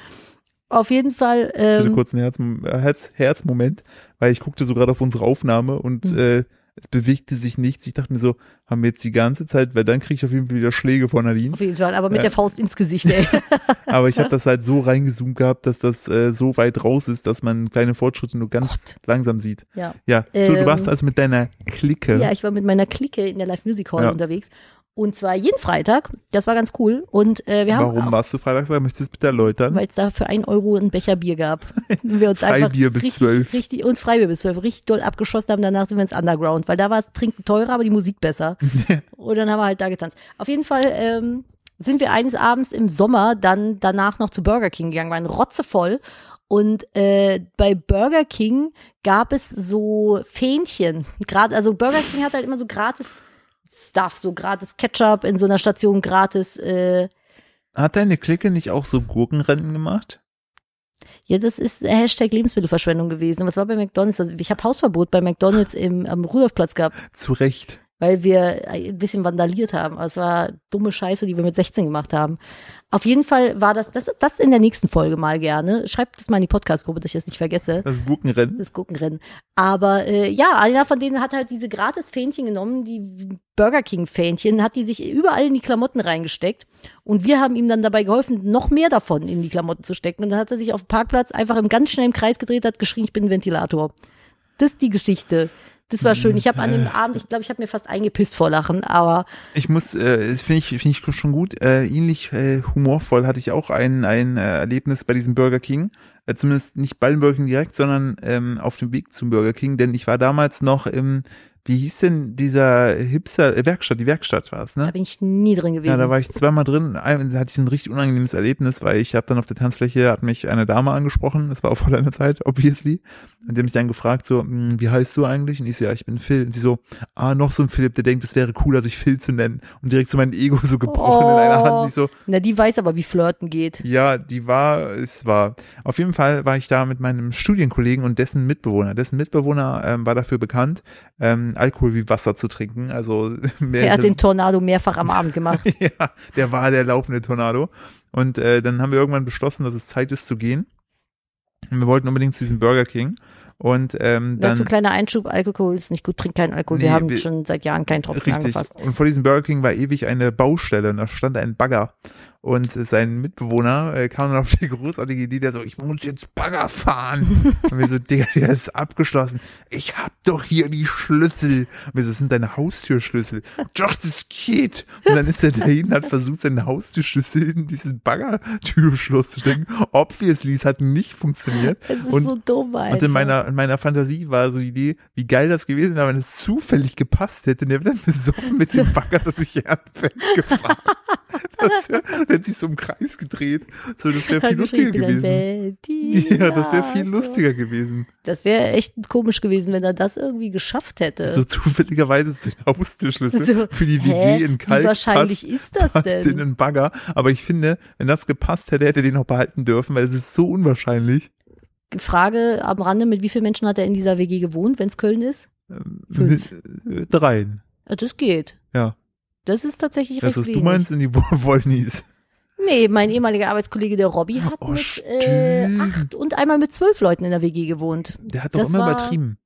B: Auf jeden Fall,
A: Ich hatte
B: ähm,
A: kurz einen Herz, äh, Herz, Herzmoment, weil ich guckte so gerade auf unsere Aufnahme und
B: Mhm.
A: äh, es bewegte sich nichts. Ich dachte mir so, haben wir jetzt die ganze Zeit, weil dann kriege ich auf jeden Fall wieder Schläge von Aline.
B: auf jeden Fall, aber mit
A: Ja.
B: der Faust ins Gesicht, ey.
A: Aber ich habe das halt so reingezoomt gehabt, dass das äh, so weit raus ist, dass man kleine Fortschritte nur ganz
B: Gott.
A: langsam sieht.
B: ja.
A: Ja, du, du
B: Ähm.
A: warst also mit deiner Clique.
B: ja, ich war mit meiner Clique in der Live Music Hall
A: Ja.
B: unterwegs. Und zwar jeden Freitag. Das war ganz cool. Und äh, wir haben
A: Warum warst du freitags da? Möchtest du es bitte erläutern?
B: weil es da für ein Euro einen Becher Bier gab. Und wir uns einfach
A: Freibier bis
B: richtig,
A: 12.
B: Richtig, und Freibier bis zwölf. Richtig doll abgeschossen haben. Danach sind wir ins Underground, weil da war das Trinken teurer, aber die Musik besser. und dann haben wir halt da getanzt. Auf jeden Fall ähm, sind wir eines Abends im Sommer dann danach noch zu Burger King gegangen, waren rotzevoll. Und äh, bei Burger King gab es so Fähnchen. Grad, also Burger King hat halt immer so gratis Stuff, so gratis Ketchup in so einer Station, gratis. Äh,
A: Hat deine Clique nicht auch so Gurkenrennen gemacht?
B: ja, das ist Hashtag Lebensmittelverschwendung gewesen. Aber es war bei McDonalds. Also ich habe Hausverbot bei McDonalds im, am Rudolfplatz gehabt.
A: Zu Recht.
B: weil wir ein bisschen vandaliert haben. Aber Es war dumme Scheiße, die wir mit 16 gemacht haben. Auf jeden Fall war das, das, das in der nächsten Folge mal gerne. Schreibt das mal in die Podcast-Gruppe, dass ich das nicht vergesse.
A: Das Gurkenrennen.
B: Das Gurkenrennen. Aber äh, ja, einer von denen hat halt diese gratis Fähnchen genommen, die Burger King-Fähnchen, hat die sich überall in die Klamotten reingesteckt. Und wir haben ihm dann dabei geholfen, noch mehr davon in die Klamotten zu stecken. Und dann hat er sich auf dem Parkplatz einfach im ganz schnellen Kreis gedreht, hat geschrien, ich bin ein Ventilator. Das ist die Geschichte. Das war schön. Ich habe an dem Abend, ich glaube, ich habe mir fast eingepisst vor Lachen, aber
A: Ich muss, äh, das finde ich, finde ich schon gut. Äh, ähnlich äh, humorvoll hatte ich auch ein, ein äh, Erlebnis bei diesem Burger King. Äh, zumindest nicht beim Burger King direkt, sondern ähm, auf dem Weg zum Burger King, denn ich war damals noch im, wie hieß denn dieser Hipster, äh, Werkstatt, die Werkstatt war es, ne?
B: da bin ich nie drin gewesen.
A: Ja, da war ich zweimal drin. Einmal hatte ich ein richtig unangenehmes Erlebnis, weil ich habe dann auf der Tanzfläche, hat mich eine Dame angesprochen, das war vor deiner Zeit, obviously. Und die hat mich dann gefragt, so, "Hm, wie heißt du eigentlich? Und ich so, ja, ich bin Phil. Und sie so, ah, noch so ein Philipp, der denkt, es wäre cooler, sich Phil zu nennen. Und direkt zu so meinem Ego so gebrochen in einer
B: Oh.
A: Hand. Und ich so,
B: Na, die weiß aber, wie Flirten geht.
A: ja, die war, es war. Auf jeden Fall war ich da mit meinem Studienkollegen und dessen Mitbewohner. Dessen Mitbewohner ähm, war dafür bekannt, ähm, Alkohol wie Wasser zu trinken. Also mehr
B: Er hat den Tornado mehrfach am Abend gemacht.
A: ja, der war der laufende Tornado. Und äh, dann haben wir irgendwann beschlossen, dass es Zeit ist zu gehen. Und wir wollten unbedingt zu diesem Burger King. Und ähm,
B: Dazu
A: dann
B: kleiner Einschub, Alkohol ist nicht gut, trink keinen Alkohol. wir
A: Nee,
B: haben
A: wir-
B: schon seit Jahren keinen Tropfen
A: richtig.
B: angefasst.
A: Und vor diesem Burger King war ewig eine Baustelle und da stand ein Bagger. Und sein Mitbewohner äh, kam dann auf die großartige Idee, der so, ich muss jetzt Bagger fahren. und wir so, Digga, der ist abgeschlossen. Ich hab doch hier die Schlüssel. Und wir so, das sind deine Haustürschlüssel. Doch, das geht. Und dann ist er dahin, hat versucht, seinen Haustürschlüssel in diesen Baggertürschloss zu stecken. Obviously, es hat nicht funktioniert.
B: Es ist
A: und
B: so dumm, Alter.
A: und in meiner, in meiner Fantasie war so die Idee, wie geil das gewesen wäre, wenn es zufällig gepasst hätte. Und der wäre dann besoffen mit dem Bagger da durch die Erdfeld gefahren. Das wär, der hätte sich so im Kreis gedreht. So, das wäre
B: Hat
A: viel lustiger
B: geschrieben,
A: gewesen.
B: Ventilator.
A: Ja, das wäre viel lustiger gewesen.
B: Das wäre echt komisch gewesen, wenn er das irgendwie geschafft hätte.
A: So zufälligerweise ist der Haustürschlüssel
B: So,
A: für die
B: hä?
A: WG in Kalk
B: Wie wahrscheinlich ist das
A: passt in
B: denn?
A: den Bagger. Aber ich finde, wenn das gepasst hätte, hätte er den noch behalten dürfen, weil das ist so unwahrscheinlich.
B: Frage am Rande, mit wie vielen Menschen hat er in dieser WG gewohnt, wenn es Köln ist?
A: Ähm,
B: Fünf.
A: Mit, äh, dreien.
B: Ah, Das geht.
A: Ja.
B: Das ist tatsächlich
A: Das,
B: recht
A: was du
B: wenig.
A: meinst, in die Wollnies.
B: Nee, mein ehemaliger Arbeitskollege, der Robby, hat
A: Oh,
B: mit äh,
A: stimmt.
B: acht und einmal mit zwölf Leuten in der WG gewohnt.
A: Der hat doch
B: Das
A: immer
B: war-
A: übertrieben.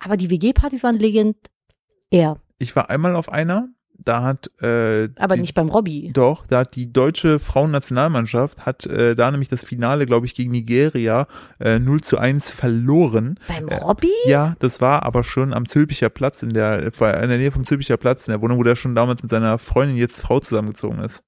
B: Aber die WG-Partys waren legendär.
A: Ich war einmal auf einer, da hat äh,
B: Aber
A: die,
B: nicht beim Robby.
A: doch, da hat die deutsche Frauennationalmannschaft hat äh, da nämlich das Finale, glaube ich, gegen Nigeria äh, 0 zu 1 verloren.
B: Beim
A: Äh,
B: Robby?
A: Ja, das war aber schon am Zülpicher Platz in der in der Nähe vom Zülpicher Platz in der Wohnung, wo der schon damals mit seiner Freundin jetzt Frau zusammengezogen ist.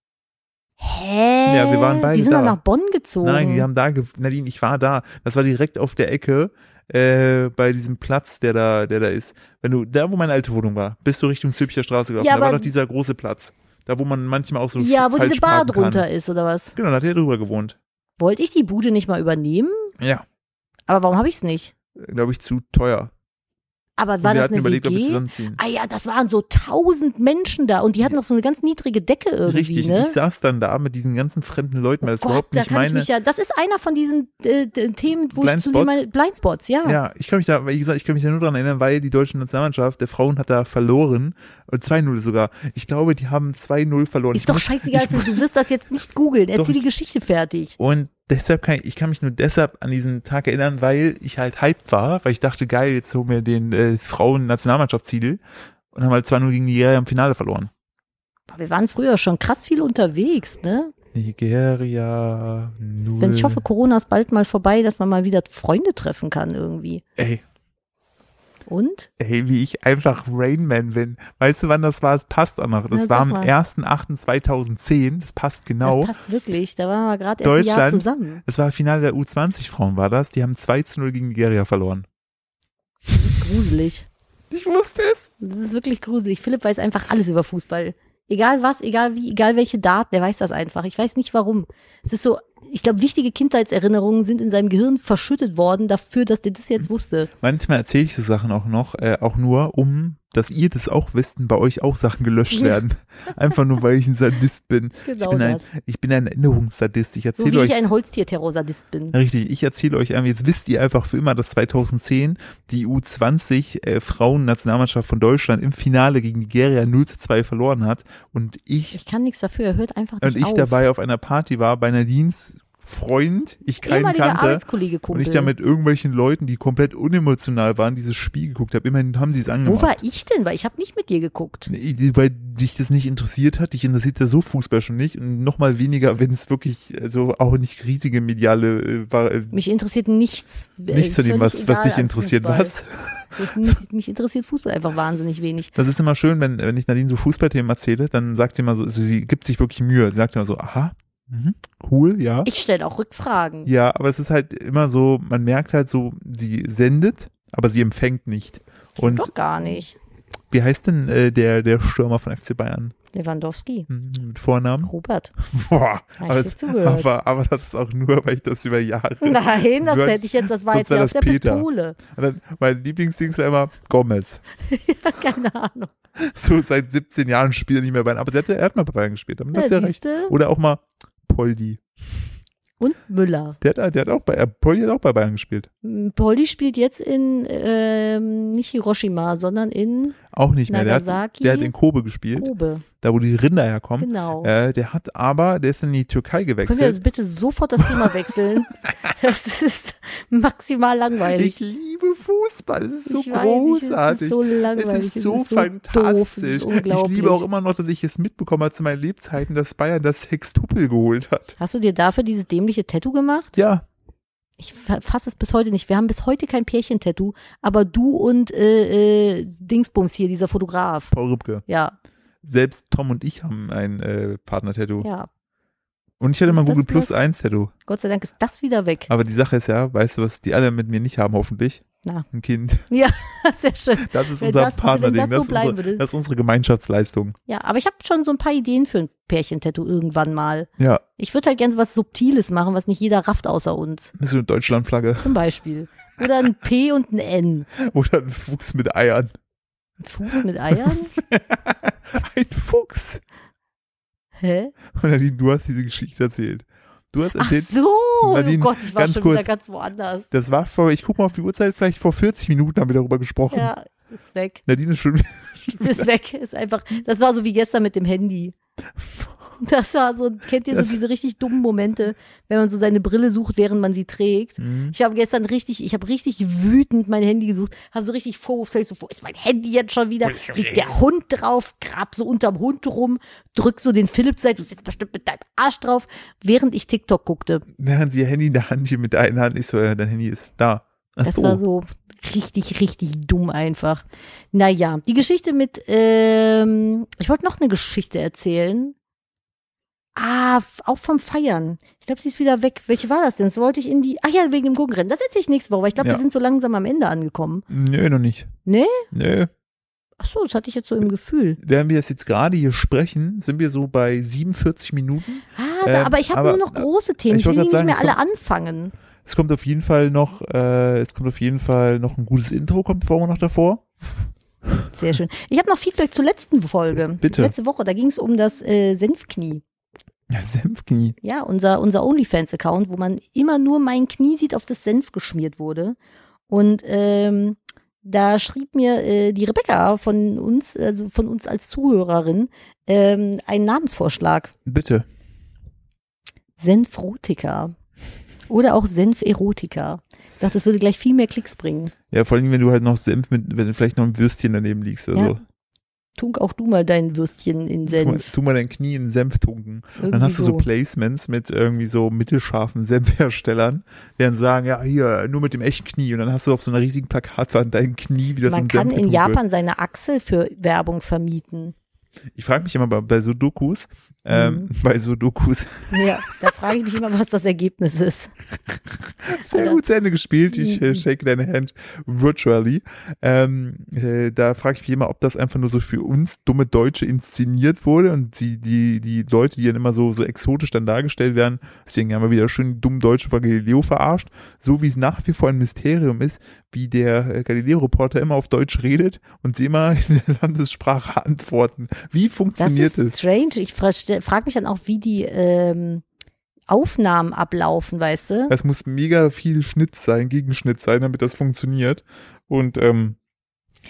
B: Hä?
A: Ja, wir waren beide
B: Die sind
A: da.
B: doch nach Bonn gezogen.
A: Nein, die haben da, ge Nadine, ich war da. Das war direkt auf der Ecke äh, bei diesem Platz, der da, der da ist. Wenn du, da wo meine alte Wohnung war, bist du Richtung Zülpicher Straße gelaufen.
B: Ja,
A: da war
B: aber-
A: doch dieser große Platz. Da, wo man manchmal auch so
B: ja, wo
A: falsch
B: diese Bar
A: parken kann.
B: drunter ist, oder was?
A: Genau, da hat er drüber gewohnt.
B: Wollte ich die Bude nicht mal übernehmen?
A: Ja.
B: Aber warum habe ich es nicht?
A: Glaube ich, zu teuer.
B: Aber
A: Und
B: war
A: wir
B: das
A: hatten
B: eine
A: überlegt, ob wir
B: WG?
A: zusammenziehen.
B: Ah ja, das waren so tausend Menschen da und die hatten noch so eine ganz niedrige Decke irgendwie,
A: Richtig,
B: ne? Oh
A: ich saß dann da mit diesen ganzen fremden Leuten, weil das
B: Gott,
A: überhaupt
B: da
A: nicht
B: kann ich
A: meine.
B: mich ja, das ist einer von diesen äh, d- Themen, wo ich zu dir
A: Blindspots?
B: meine Blindspots, ja.
A: Ja, ich kann mich da, wie gesagt, ich kann mich da nur dran erinnern, weil die deutsche Nationalmannschaft der Frauen hat da verloren. Äh, 2-0 sogar. Ich glaube, die haben 2-0 verloren. Ich
B: Ist doch
A: muss-
B: scheißegal,
A: ich
B: Phil, du wirst das jetzt nicht googeln. Erzähl
A: Doch.
B: die Geschichte fertig.
A: Und deshalb kann ich, ich kann mich nur deshalb an diesen Tag erinnern, weil ich halt hyped war, weil ich dachte, geil, jetzt holen wir den äh, Frauen-Nationalmannschaftstitel und haben halt 2-0 gegen Nigeria im Finale verloren.
B: Boah, Wir waren früher schon krass viel unterwegs, ne?
A: Nigeria, null.
B: Wenn ich hoffe, Corona ist bald mal vorbei, dass man mal wieder Freunde treffen kann irgendwie.
A: Ey,
B: Und?
A: ey, wie ich einfach Rainman bin. Weißt du, wann das war? Es passt auch noch. Das
B: Na,
A: war
B: sag
A: am
B: mal.
A: 1.8.2010. Das passt genau.
B: Das passt wirklich. Da waren wir gerade erst ein Jahr
A: Deutschland.
B: zusammen.
A: Es war Finale der U20-Frauen, war das. Die haben 2 zu 0 gegen Nigeria verloren.
B: Gruselig.
A: Ich wusste es.
B: Das ist wirklich gruselig. Philipp weiß einfach alles über Fußball. Egal was, egal wie, egal welche Daten, der weiß das einfach. Ich weiß nicht warum. Es ist so ich glaube, wichtige Kindheitserinnerungen sind in seinem Gehirn verschüttet worden dafür, dass der das jetzt wusste.
A: Manchmal erzähle ich so Sachen auch noch, äh, auch nur, um, dass ihr das auch wisst, und bei euch auch Sachen gelöscht werden. Einfach nur, weil ich ein Sadist bin.
B: Genau
A: ich, bin ein,
B: das.
A: ich bin ein Erinnerungssadist. Ich
B: So wie
A: erzähle euch.
B: ich ein Holztierterrorsadist bin.
A: Richtig, ich erzähle euch einmal, jetzt wisst ihr einfach für immer, dass 2010 die U20 äh, Frauen-Nationalmannschaft von Deutschland im Finale gegen Nigeria 0 zu 2 verloren hat und ich,
B: Ich kann nichts dafür, er hört einfach nicht
A: und ich
B: auf.
A: dabei auf einer Party war bei Nadines Freund, ich keinen
B: Ehemaliger
A: kannte.
B: Arbeitskollege
A: Und
B: Kumpel.
A: ich da mit irgendwelchen Leuten, die komplett unemotional waren, dieses Spiel geguckt habe. Immerhin haben sie es
B: Wo
A: angemacht.
B: war ich denn? Weil ich habe nicht mit dir geguckt.
A: Nee, Weil dich das nicht interessiert hat. Dich interessiert ja so Fußball schon nicht. Und nochmal weniger, wenn es wirklich äh, so auch nicht riesige mediale äh, war, äh,
B: Mich interessiert nichts. äh,
A: Nichts zu dem,
B: völlig
A: was, was
B: egal
A: dich
B: an
A: interessiert.
B: Fußball.
A: Was?
B: Ich- Mich, mich interessiert Fußball einfach wahnsinnig wenig.
A: Das ist immer schön, wenn, wenn ich Nadine so Fußballthemen erzähle, dann sagt sie immer so, sie, sie gibt sich wirklich Mühe. Sie sagt immer so, aha, mhm, cool, ja.
B: Ich stelle auch Rückfragen.
A: Ja, aber es ist halt immer so, man merkt halt so, sie sendet, aber sie empfängt nicht. Und
B: Doch gar nicht.
A: wie heißt denn äh, der, der Stürmer von FC Bayern?
B: Lewandowski.
A: Hm, Mit Vornamen?
B: Robert.
A: Boah,
B: ich
A: aber,
B: dir
A: es,
B: zugehört.
A: aber, aber das ist auch nur, weil ich das über Jahre.
B: Nein, das
A: Sonst-
B: hätte ich jetzt, das war
A: sonst
B: jetzt
A: wär
B: wie aus
A: das
B: der
A: Peter.
B: Pistole.
A: Und dann, mein Lieblingsding war immer Gomez.
B: Keine Ahnung.
A: So seit 17 Jahren spielt er nicht mehr bei Aber sie hat, er hat mal bei Bayern gespielt. Damit hast du
B: Ja,
A: ja recht.
B: siehste.
A: Oder auch mal Poldi.
B: Und Müller.
A: Der hat, der hat auch bei, äh, Poldi hat auch bei Bayern gespielt.
B: M, Poldi spielt jetzt in ähm, nicht Hiroshima, sondern in
A: Auch nicht mehr. Der hat,
B: Nagasaki.
A: der hat in Kobe gespielt,
B: Kobe.
A: da wo die Rinder herkommen.
B: Genau.
A: Äh, der hat aber, der ist in die Türkei
B: Können wir jetzt
A: gewechselt.
B: bitte sofort das Thema wechseln? das ist maximal langweilig.
A: Ich liebe Fußball. Es ist so
B: Ich weiß, ich- Es
A: großartig.
B: ist so langweilig.
A: Es ist so fantastisch.
B: Doof, es ist
A: ich
B: unglaublich.
A: liebe auch immer noch, dass ich es mitbekommen habe zu meinen Lebzeiten, dass Bayern das Sextuppel geholt hat.
B: Hast du dir dafür dieses dämliche Tattoo gemacht?
A: Ja,
B: Ich fa- fasse es bis heute nicht. Wir haben bis heute kein Pärchentattoo, aber du und äh, äh, Dingsbums hier, dieser Fotograf.
A: Paul Rübke.
B: Ja,
A: Selbst Tom und ich haben ein äh, Partner-Tattoo.
B: ja.
A: Und ich hatte
B: Ist
A: mal ein
B: das
A: Google
B: was?
A: Plus 1 Tattoo.
B: Gott sei Dank ist das wieder weg.
A: Aber die Sache ist ja, weißt du, was die alle mit mir nicht haben, hoffentlich?
B: Na.
A: Ein Kind.
B: Sehr schön.
A: Das ist
B: Wenn
A: unser
B: das- wenn
A: Partnerding.
B: das so
A: Das, ist
B: bleiben
A: unsere,
B: würde.
A: das ist unsere Gemeinschaftsleistung.
B: Ja, aber ich habe schon so ein paar Ideen für ein Pärchentattoo irgendwann mal.
A: Ja,
B: Ich würde halt gerne so was Subtiles machen, was nicht jeder rafft außer uns.
A: so eine Deutschlandflagge
B: Zum Beispiel. Oder ein P und ein N.
A: oder ein Fuchs mit Eiern.
B: Ein Fuß mit Eiern?
A: Ein Fuchs.
B: Hä?
A: Und Nadine, du hast diese Geschichte erzählt. Du hast
B: Ach
A: erzählt,
B: so!
A: Nadine,
B: oh Gott, ich war
A: ganz
B: schon wieder
A: kurz.
B: ganz woanders.
A: das war vor, ich gucke mal auf die Uhrzeit, vielleicht vor 40 Minuten haben wir darüber gesprochen.
B: Ja, ist weg.
A: Nadine ist schon
B: Ist weg. Ist einfach, das war so wie gestern mit dem Handy. Das war so, kennt ihr so
A: Das-
B: diese richtig dummen Momente, wenn man so seine Brille sucht, während man sie trägt?
A: Mhm.
B: Ich habe gestern richtig, ich habe richtig wütend mein Handy gesucht, habe so richtig vorwurfsvoll so, wo ist mein Handy jetzt schon wieder? Liegt der Hund drauf, grab so unterm Hund rum, drück so den Philips seit, du sitzt bestimmt mit deinem Arsch drauf, während ich TikTok guckte.
A: während sie ihr Handy in der Hand hier mit der einen Hand. Ich so, ja, dein Handy ist da. Ach
B: Das war so richtig, richtig dumm einfach. Naja, die Geschichte mit, ähm, ich wollte noch eine Geschichte erzählen. Ah, f- auch vom Feiern. Ich glaube, sie ist wieder weg. Welche war das denn? Das wollte ich in die, ach ja, wegen dem Gurkenrennen. Das erzähle ich nächste Woche, weil ich glaube,
A: Ja.
B: wir sind so langsam am Ende angekommen.
A: Nö, noch nicht.
B: Nee?
A: Nö.
B: Ach so, das hatte ich jetzt so
A: Äh,
B: im Gefühl.
A: Während wir das jetzt gerade hier sprechen, sind wir so bei 47 Minuten.
B: Ah, da,
A: Ähm,
B: aber ich habe
A: aber,
B: nur noch große Themen.
A: ich
B: Ich
A: wollte
B: will die
A: gerade
B: nicht
A: sagen,
B: mehr
A: es
B: alle anfangen.
A: Es kommt auf jeden Fall noch, äh, es kommt auf jeden Fall noch ein gutes Intro, kommt brauchen wir noch davor.
B: Sehr schön. Ich habe noch Feedback zur letzten Folge.
A: Bitte.
B: Letzte Woche, da ging es um das äh, Senfknie.
A: Ja, Senfknie.
B: Ja, unser, unser OnlyFans-Account, wo man immer nur mein Knie sieht, auf das Senf geschmiert wurde. Und ähm, da schrieb mir äh, die Rebecca von uns, also von uns als Zuhörerin, ähm, einen Namensvorschlag.
A: Bitte.
B: Senfrotika. Oder auch Senferotika. Ich dachte, das würde gleich viel mehr Klicks bringen.
A: Ja, vor allem, wenn du halt noch Senf mit, wenn du vielleicht noch ein Würstchen daneben liegst. Also,
B: Ja, Tunk auch du mal dein Würstchen in
A: tu, mal,
B: Senf.
A: tu mal dein Knie in Senf tunken.
B: Irgendwie
A: Dann hast du so
B: so.
A: Placements mit irgendwie so mittelscharfen Senfherstellern, die dann sagen, ja, hier, nur mit dem echten Knie. Und dann hast du auf so einer riesigen Plakatwand dein Knie, wie das
B: Man
A: in
B: kann
A: Senf
B: in
A: getunkt wird.
B: Japan seine Achsel für Werbung vermieten.
A: Ich frage mich immer bei, bei so Dokus,
B: Mhm.
A: ähm, bei Sudokus.
B: Ja, da frage ich mich immer, was das Ergebnis ist.
A: Sehr
B: Alter.
A: gut zu Ende gespielt. Ich
B: Mhm.
A: äh, shake deine Hand virtually. Ähm, äh, da frage ich mich immer, ob das einfach nur so für uns dumme Deutsche inszeniert wurde und die, die, die Leute, die dann immer so, so exotisch dann dargestellt werden, deswegen haben wir wieder schön dumm Deutsche von Galileo verarscht, so wie es nach wie vor ein Mysterium ist, wie der äh, Galileo-Reporter immer auf Deutsch redet und sie immer in der Landessprache antworten. Wie
B: Das
A: funktioniert
B: ist
A: es?
B: strange. Ich frage mich dann auch, wie die ähm, Aufnahmen ablaufen, weißt du?
A: Es muss mega viel Schnitt sein, Gegenschnitt sein, damit das funktioniert. Und ähm,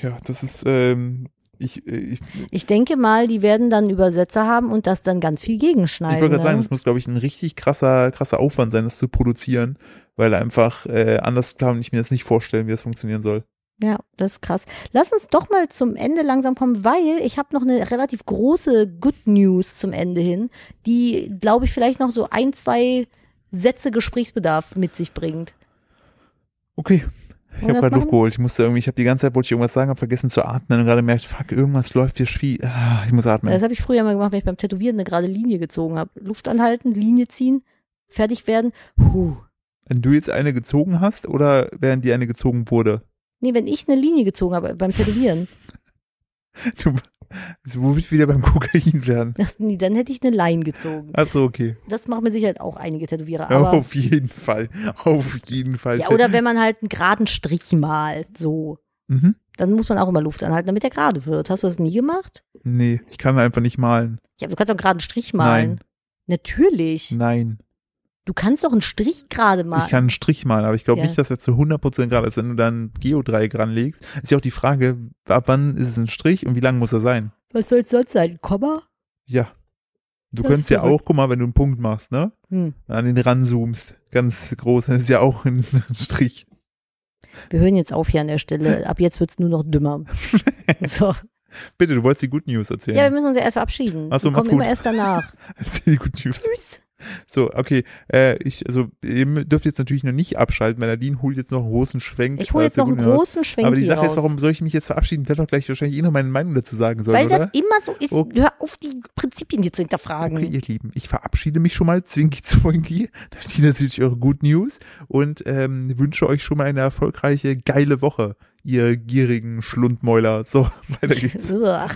A: ja, das ist, ähm, ich, äh, ich, ich
B: Ich denke mal, die werden dann Übersetzer haben und das dann ganz viel gegenschneiden.
A: wollte gerade
B: ne?
A: sagen, das muss, glaube ich, ein richtig krasser, krasser Aufwand sein, das zu produzieren, weil einfach äh, anders kann ich mir das nicht vorstellen, wie das funktionieren soll.
B: Ja, das ist krass. Lass uns doch mal zum Ende langsam kommen, weil ich habe noch eine relativ große Good News zum Ende hin, die, glaube ich, vielleicht noch so ein, zwei Sätze Gesprächsbedarf mit sich bringt.
A: Okay. Ich
B: Wollen wir
A: habe
B: das
A: gerade Luft
B: machen?
A: geholt. Ich musste irgendwie, ich habe die ganze Zeit, wollte ich irgendwas sagen, habe vergessen zu atmen und gerade merkt, fuck, irgendwas läuft hier schwie. Ah, ich muss
B: Das
A: atmen.
B: habe ich früher mal gemacht, wenn ich beim Tätowieren eine gerade Linie gezogen habe. Luft anhalten, Linie ziehen, fertig werden. Huh.
A: Wenn du jetzt eine gezogen hast oder während die eine gezogen wurde?
B: Nee, wenn ich eine Linie gezogen habe beim Tätowieren,
A: Du, jetzt muss ich wieder beim Kokain werden.
B: das, nee, dann hätte ich eine Line gezogen.
A: Ach so, okay.
B: Das machen mit Sicherheit halt auch einige Tätowierer.
A: Ja,
B: Aber,
A: auf jeden Fall. Auf jeden Fall.
B: ja, oder wenn man halt einen geraden Strich malt, so.
A: mhm.
B: dann muss man auch immer Luft anhalten, damit er gerade wird. Hast du das nie gemacht?
A: Nee, ich kann einfach nicht malen.
B: Ja, aber du kannst auch gerade einen Strich malen. Natürlich.
A: Nein.
B: Du kannst doch einen Strich gerade
A: Hm. Ich
B: malen.
A: kann einen Strich malen, aber ich glaube
B: Ja.
A: nicht, dass er zu 100% gerade ist. Wenn du dann Geodreieck ranlegst, ist ja auch die Frage, ab wann ist es ein Strich und wie lang muss er sein?
B: Was soll es sonst sein? Ein Komma?
A: Ja. Du
B: Das ist
A: könntest ja
B: verrückt.
A: auch, guck mal, wenn du einen Punkt machst, ne?
B: Hm.
A: An den ranzoomst. Ganz groß. Das ist ja auch ein Strich.
B: Wir hören jetzt auf hier an der Stelle. Ab jetzt wird's nur noch dümmer. So.
A: Bitte, du wolltest die Good News
B: Ja, wir
A: erzählen.
B: müssen uns ja erst verabschieden.
A: Ach so,
B: Wir
A: macht's
B: kommen immer
A: gut.
B: erst danach.
A: Erzähl die Good News.
B: Tschüss.
A: So, okay. Äh, ich, also, ihr dürft jetzt natürlich noch nicht abschalten, weil Nadine holt jetzt noch einen großen Schwenk.
B: Ich hole
A: äh,
B: jetzt
A: zur
B: noch einen
A: Good News.
B: großen Schwenk
A: Aber die
B: hier
A: Sache
B: raus.
A: ist, warum soll ich mich jetzt verabschieden? Ich werde doch gleich wahrscheinlich eh noch meine Meinung dazu sagen sollen,
B: Weil das
A: oder?
B: immer so ist.
A: Okay.
B: Hör auf, die Prinzipien hier zu hinterfragen.
A: Okay, ihr Lieben, ich verabschiede mich schon mal, Zwinki Zwinki, Nadine natürlich eure Good News und ähm, wünsche euch schon mal eine erfolgreiche, geile Woche, ihr gierigen Schlundmäuler. So, weiter geht's.
B: Ugh.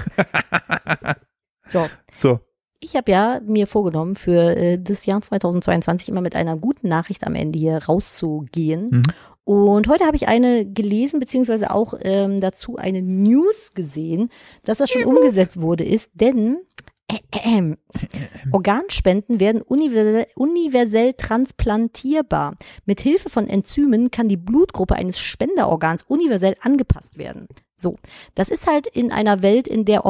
B: so.
A: So,
B: Ich habe ja mir vorgenommen, für äh, das Jahr 2022 immer mit einer guten Nachricht am Ende hier rauszugehen.
A: Mhm.
B: Und heute habe ich eine gelesen, beziehungsweise auch ähm, dazu eine News gesehen, dass das schon umgesetzt wurde ist, denn äh, äh, ähm, Organspenden werden universell, universell transplantierbar. Mit Hilfe von Enzymen kann die Blutgruppe eines Spenderorgans universell angepasst werden. So, das ist halt in einer Welt, in der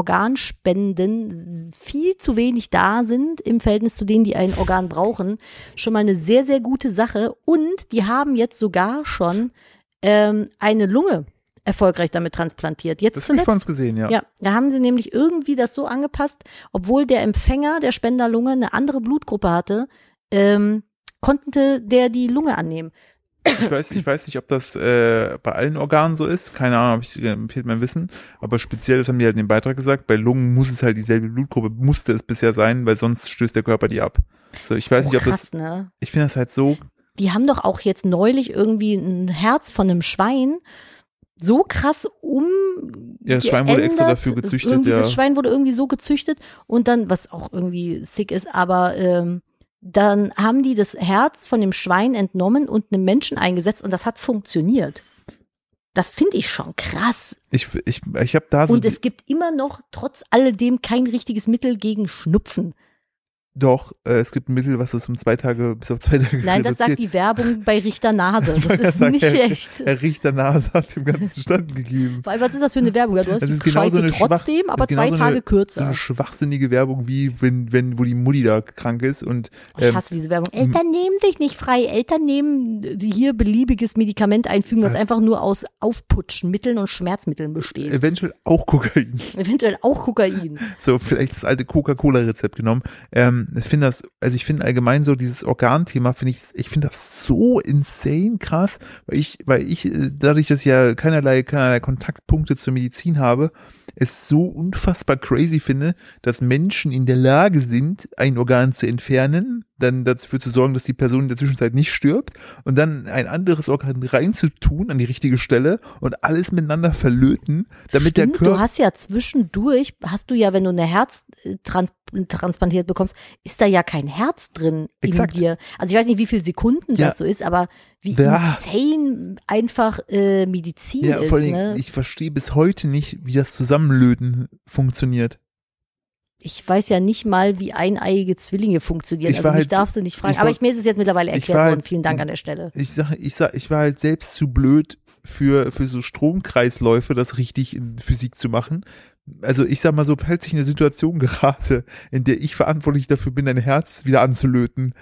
B: Organspenden viel zu wenig da sind im Verhältnis zu denen, die ein Organ brauchen, schon mal eine sehr, sehr gute Sache. Und die haben jetzt sogar schon ähm, eine Lunge erfolgreich damit transplantiert. Jetzt
A: das habe ich
B: zuletzt.
A: von uns gesehen, ja.
B: Ja, da haben sie nämlich irgendwie das so angepasst, obwohl der Empfänger der Spenderlunge eine andere Blutgruppe hatte, ähm, konnte der die Lunge annehmen.
A: Ich, weiß, ich weiß nicht, ob das äh, bei allen Organen so ist. Keine Ahnung, hab ich, äh, fehlt mein Wissen. Aber speziell, das haben die halt in dem Beitrag gesagt, bei Lungen muss es halt dieselbe Blutgruppe, musste es bisher sein, weil sonst stößt der Körper die ab. So, ich weiß
B: Oh,
A: nicht, ob das
B: krass, ne?
A: ich finde das halt so,
B: Die haben doch auch jetzt neulich irgendwie ein Herz von einem Schwein so krass um.
A: Ja, das Schwein wurde extra
B: geändert.
A: dafür gezüchtet,
B: irgendwie,
A: ja.
B: Das Schwein wurde irgendwie so gezüchtet und dann, was auch irgendwie sick ist, aber ähm, dann haben die das Herz von dem Schwein entnommen und einem Menschen eingesetzt und das hat funktioniert. Das finde ich schon krass.
A: ich, ich, ich habe da so,
B: und es gibt immer noch trotz alledem kein richtiges Mittel gegen Schnupfen.
A: doch, äh, es gibt ein Mittel, was das um zwei Tage, bis auf zwei Tage
B: Nein, das sagt
A: reduziert.
B: die Werbung bei Richter Nase. Das
A: wollte
B: ist
A: gerade
B: nicht
A: sagen,
B: echt.
A: Der Richter Nase hat dem Ganzen Stand gegeben.
B: Weil was ist das für eine Werbung? Ja, du hast
A: Das
B: die
A: ist genau so
B: Scheiße
A: eine Schwach-
B: trotzdem,
A: das
B: aber
A: ist genau
B: zwei
A: so eine-
B: Tage
A: So eine
B: kürzer.
A: schwachsinnige Werbung, wie wenn, wenn, wo die Mutti da krank ist und
B: Oh, ich hasse diese Werbung. Eltern nehmen dich nicht frei. Eltern nehmen äh, hier beliebiges Medikament einfügen, was
A: Das-
B: einfach nur aus Aufputschmitteln und Schmerzmitteln
A: Äh,
B: besteht.
A: eventuell auch Kokain.
B: Eventuell auch Kokain.
A: So, vielleicht das alte Coca-Cola-Rezept genommen. Ähm, ähm, ich finde das, also ich finde allgemein so dieses Organthema, finde ich, ich finde das so insane krass, weil ich, weil ich, äh, dadurch, dass ich ja keinerlei, keinerlei Kontaktpunkte zur Medizin habe, es so unfassbar crazy finde, dass Menschen in der Lage sind, ein Organ zu entfernen, dann dafür zu sorgen, dass die Person in der Zwischenzeit nicht stirbt und dann ein anderes Organ reinzutun an die richtige Stelle und alles miteinander verlöten, damit der
B: Stimmt,
A: Körper.
B: du hast ja zwischendurch, hast du ja, wenn du eine Herz äh, trans transplantiert bekommst, ist da ja kein Herz drin
A: Exakt.
B: in dir. Also ich weiß nicht, wie viele Sekunden
A: Ja.
B: das so ist, aber wie
A: Ja.
B: insane einfach äh, Medizin
A: ja,
B: ist.
A: vor allem,
B: ne? ich,
A: ich verstehe bis heute nicht, wie das Zusammenlöten funktioniert.
B: weiß ja nicht mal, wie eineiige Zwillinge funktionieren.
A: Ich
B: Also
A: war
B: mich
A: halt-
B: darfst du nicht fragen.
A: ich war-
B: aber ich, mir ist es jetzt mittlerweile
A: ich
B: erklärt
A: war
B: worden.
A: halt-
B: Vielen Dank an der Stelle.
A: Ich sag, ich sag, ich war halt selbst zu blöd für, für so Stromkreisläufe, das richtig in Physik zu machen. Also ich sag mal so, falls ich in eine Situation gerate, in der ich verantwortlich dafür bin, ein Herz wieder anzulöten.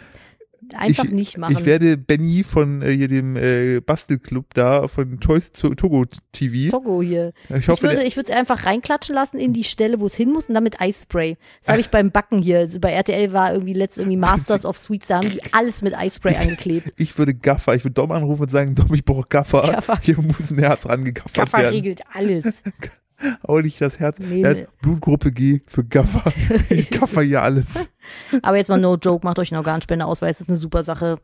B: Einfach
A: ich,
B: nicht machen.
A: Ich werde Benny von äh, hier dem äh, Bastelclub da, von Toys to Togo TV.
B: Togo hier.
A: Ich
B: Ich
A: hoffe,
B: würde, ich würde es einfach reinklatschen lassen in die Stelle, wo es hin muss und dann mit Eispray. Das habe ich beim Backen hier. Bei RTL war irgendwie letztens irgendwie Masters of Sweets, da haben die alles mit Eispray angeklebt.
A: der, ich würde Gaffer, ich würde Dom anrufen und sagen, Dom, ich brauche Gaffer.
B: Gaffer.
A: Hier muss ein Herz rangegaffert
B: Gaffer
A: werden.
B: regelt alles.
A: Hau nicht das Herz.
B: Nee,
A: das
B: nee.
A: ist Blutgruppe G für Gaffer. Ich gaffer hier alles.
B: Aber jetzt mal no joke, macht euch einen Organspendeausweis, ist eine super Sache.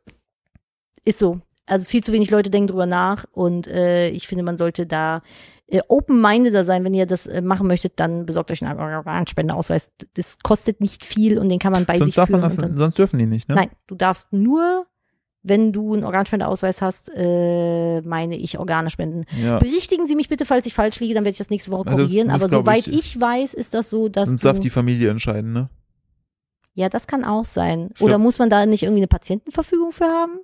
B: Ist so. Also viel zu wenig Leute denken drüber nach und äh, ich finde, man sollte da äh, open-mindeder sein. Wenn ihr das äh, machen mönstet, dann besorgt euch einen Organspendeausweis. Das kostet nicht viel und den kann man bei sich
A: Sonst darf
B: führen.
A: man das,
B: und dann-
A: sonst dürfen die nicht, ne?
B: Nein, du darfst nur, wenn du einen Organspendeausweis hast, äh, meine ich, Organe spenden.
A: Ja.
B: Berichtigen Sie mich bitte, falls ich falsch liege, dann werde ich das nächste Woche
A: Also das
B: korrigieren.
A: muss,
B: Aber
A: glaub
B: soweit
A: ich,
B: ich, weiß, ist das so, dass
A: Sonst
B: du,
A: darf die Familie entscheiden, ne?
B: ja, das kann auch sein.
A: Ich
B: Oder
A: glaub-
B: muss man da nicht irgendwie eine Patientenverfügung für haben?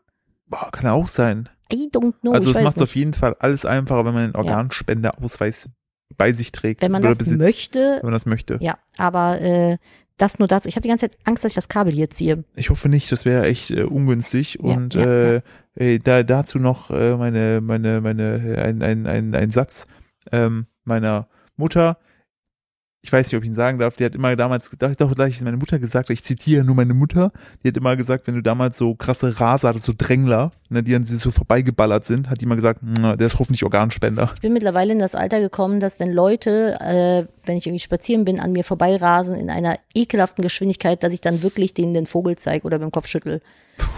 A: Boah, kann auch sein.
B: I don't know.
A: also
B: Oh,
A: es
B: ich weiß
A: macht
B: nicht.
A: auf jeden Fall alles einfacher, wenn man den Organspendeausweis bei sich trägt.
B: Wenn man
A: oder
B: das
A: besitzt,
B: möchte,
A: Wenn man das möchte.
B: ja, aber äh, das nur dazu. Ich habe die ganze Zeit Angst, dass ich das Kabel hier ziehe.
A: Ich hoffe nicht, das wäre echt äh, ungünstig.
B: Ja,
A: Und
B: ja,
A: äh, äh, da, dazu noch äh, meine, meine, meine, äh, ein, ein, ein, ein Satz ähm, meiner Mutter. Ich weiß nicht, ob ich ihn sagen darf. Die hat immer damals, doch, doch gleich ist meine Mutter gesagt, ich zitiere nur meine Mutter. Die hat immer gesagt, wenn du damals so krasse Raser hattest, so Drängler, ne, die an sie so vorbeigeballert sind, hat die immer gesagt, "Na, der ist hoffentlich Organspender.
B: Ich bin mittlerweile in das Alter gekommen, dass wenn Leute, äh, wenn ich irgendwie spazieren bin, an mir vorbeirasen in einer ekelhaften Geschwindigkeit, dass ich dann wirklich denen den Vogel zeige oder mit dem Kopf schüttel.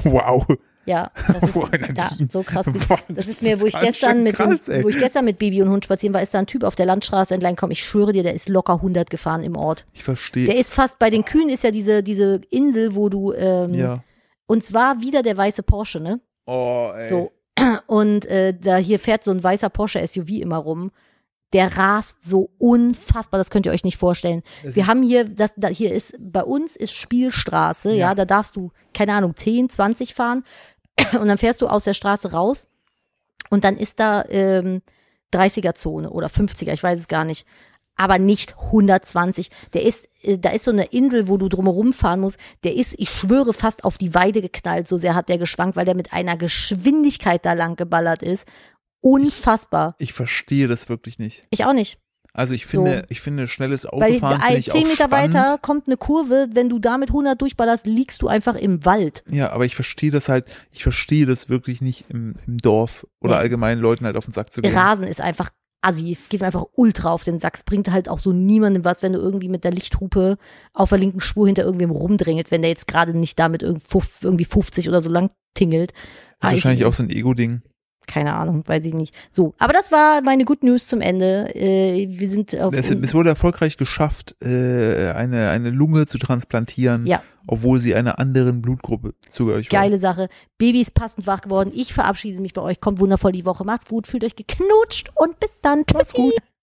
A: Wow.
B: Ja, das ist
A: Boah, Nadine.
B: da, so krass.
A: Boah,
B: Das ist mir, wo ich
A: ganz schön
B: gestern mit dem,
A: krass, ey.
B: wo ich gestern mit Baby und Hund spazieren war, ist da ein Typ auf der Landstraße entlang gekommen. Ich schwöre dir, der ist locker 100 gefahren im Ort.
A: Ich verstehe.
B: Der ist fast bei den Kühen ist ja diese diese Insel, wo du ähm,
A: ja.
B: und zwar wieder der weiße Porsche, ne?
A: Oh, ey.
B: So. Und äh, da hier fährt so ein weißer Porsche SUV immer rum. Der rast so unfassbar, das könnt ihr euch nicht vorstellen.
A: Es
B: Wir
A: ist-
B: haben hier, das, da, hier ist, bei uns ist Spielstraße, ja.
A: Ja.
B: da darfst du, keine Ahnung, 10, 20 fahren und dann fährst du aus der Straße raus und dann ist da ähm, 30er-Zone oder 50er, ich weiß es gar nicht, aber nicht 120. Der ist, äh, da ist so eine Insel, wo du drumherum fahren musst, der ist, ich schwöre, fast auf die Weide geknallt, so sehr hat der geschwankt, weil der mit einer Geschwindigkeit da lang geballert ist. Unfassbar.
A: Ich verstehe das wirklich nicht.
B: Ich auch nicht.
A: Also ich
B: So.
A: finde, ich finde schnelles
B: Weil
A: Autofahren finde
B: ein,
A: ich
B: zehn
A: auch
B: Meter
A: spannend.
B: weiter kommt eine Kurve, wenn du da mit 100 durchballerst, liegst du einfach im Wald.
A: Ja, aber ich verstehe das halt, ich verstehe das wirklich nicht im, im Dorf oder
B: Nee.
A: allgemein Leuten halt auf den Sack zu gehen.
B: Rasen ist einfach assi, geht mir einfach ultra auf den Sack. Es bringt halt auch so niemandem was, wenn du irgendwie mit der Lichthupe auf der linken Spur hinter irgendwem rumdrängelt, wenn der jetzt gerade nicht damit irgend- fuf- irgendwie 50 oder so lang tingelt.
A: Das
B: Ah,
A: ist
B: ich-
A: wahrscheinlich auch so ein Ego-Ding.
B: Keine Ahnung, weiß ich nicht. So, aber das war meine Good News zum Ende. Äh, wir sind auf,
A: Es, es wurde erfolgreich geschafft, äh, eine, eine Lunge zu transplantieren,
B: Ja.
A: obwohl sie einer anderen Blutgruppe zugehörig war.
B: geile Sache. Baby ist passend wach geworden. Ich verabschiede mich bei euch. Kommt wundervoll die Woche. Macht's gut, fühlt euch geknutscht und bis dann. Tschüssi.
A: Macht's gut.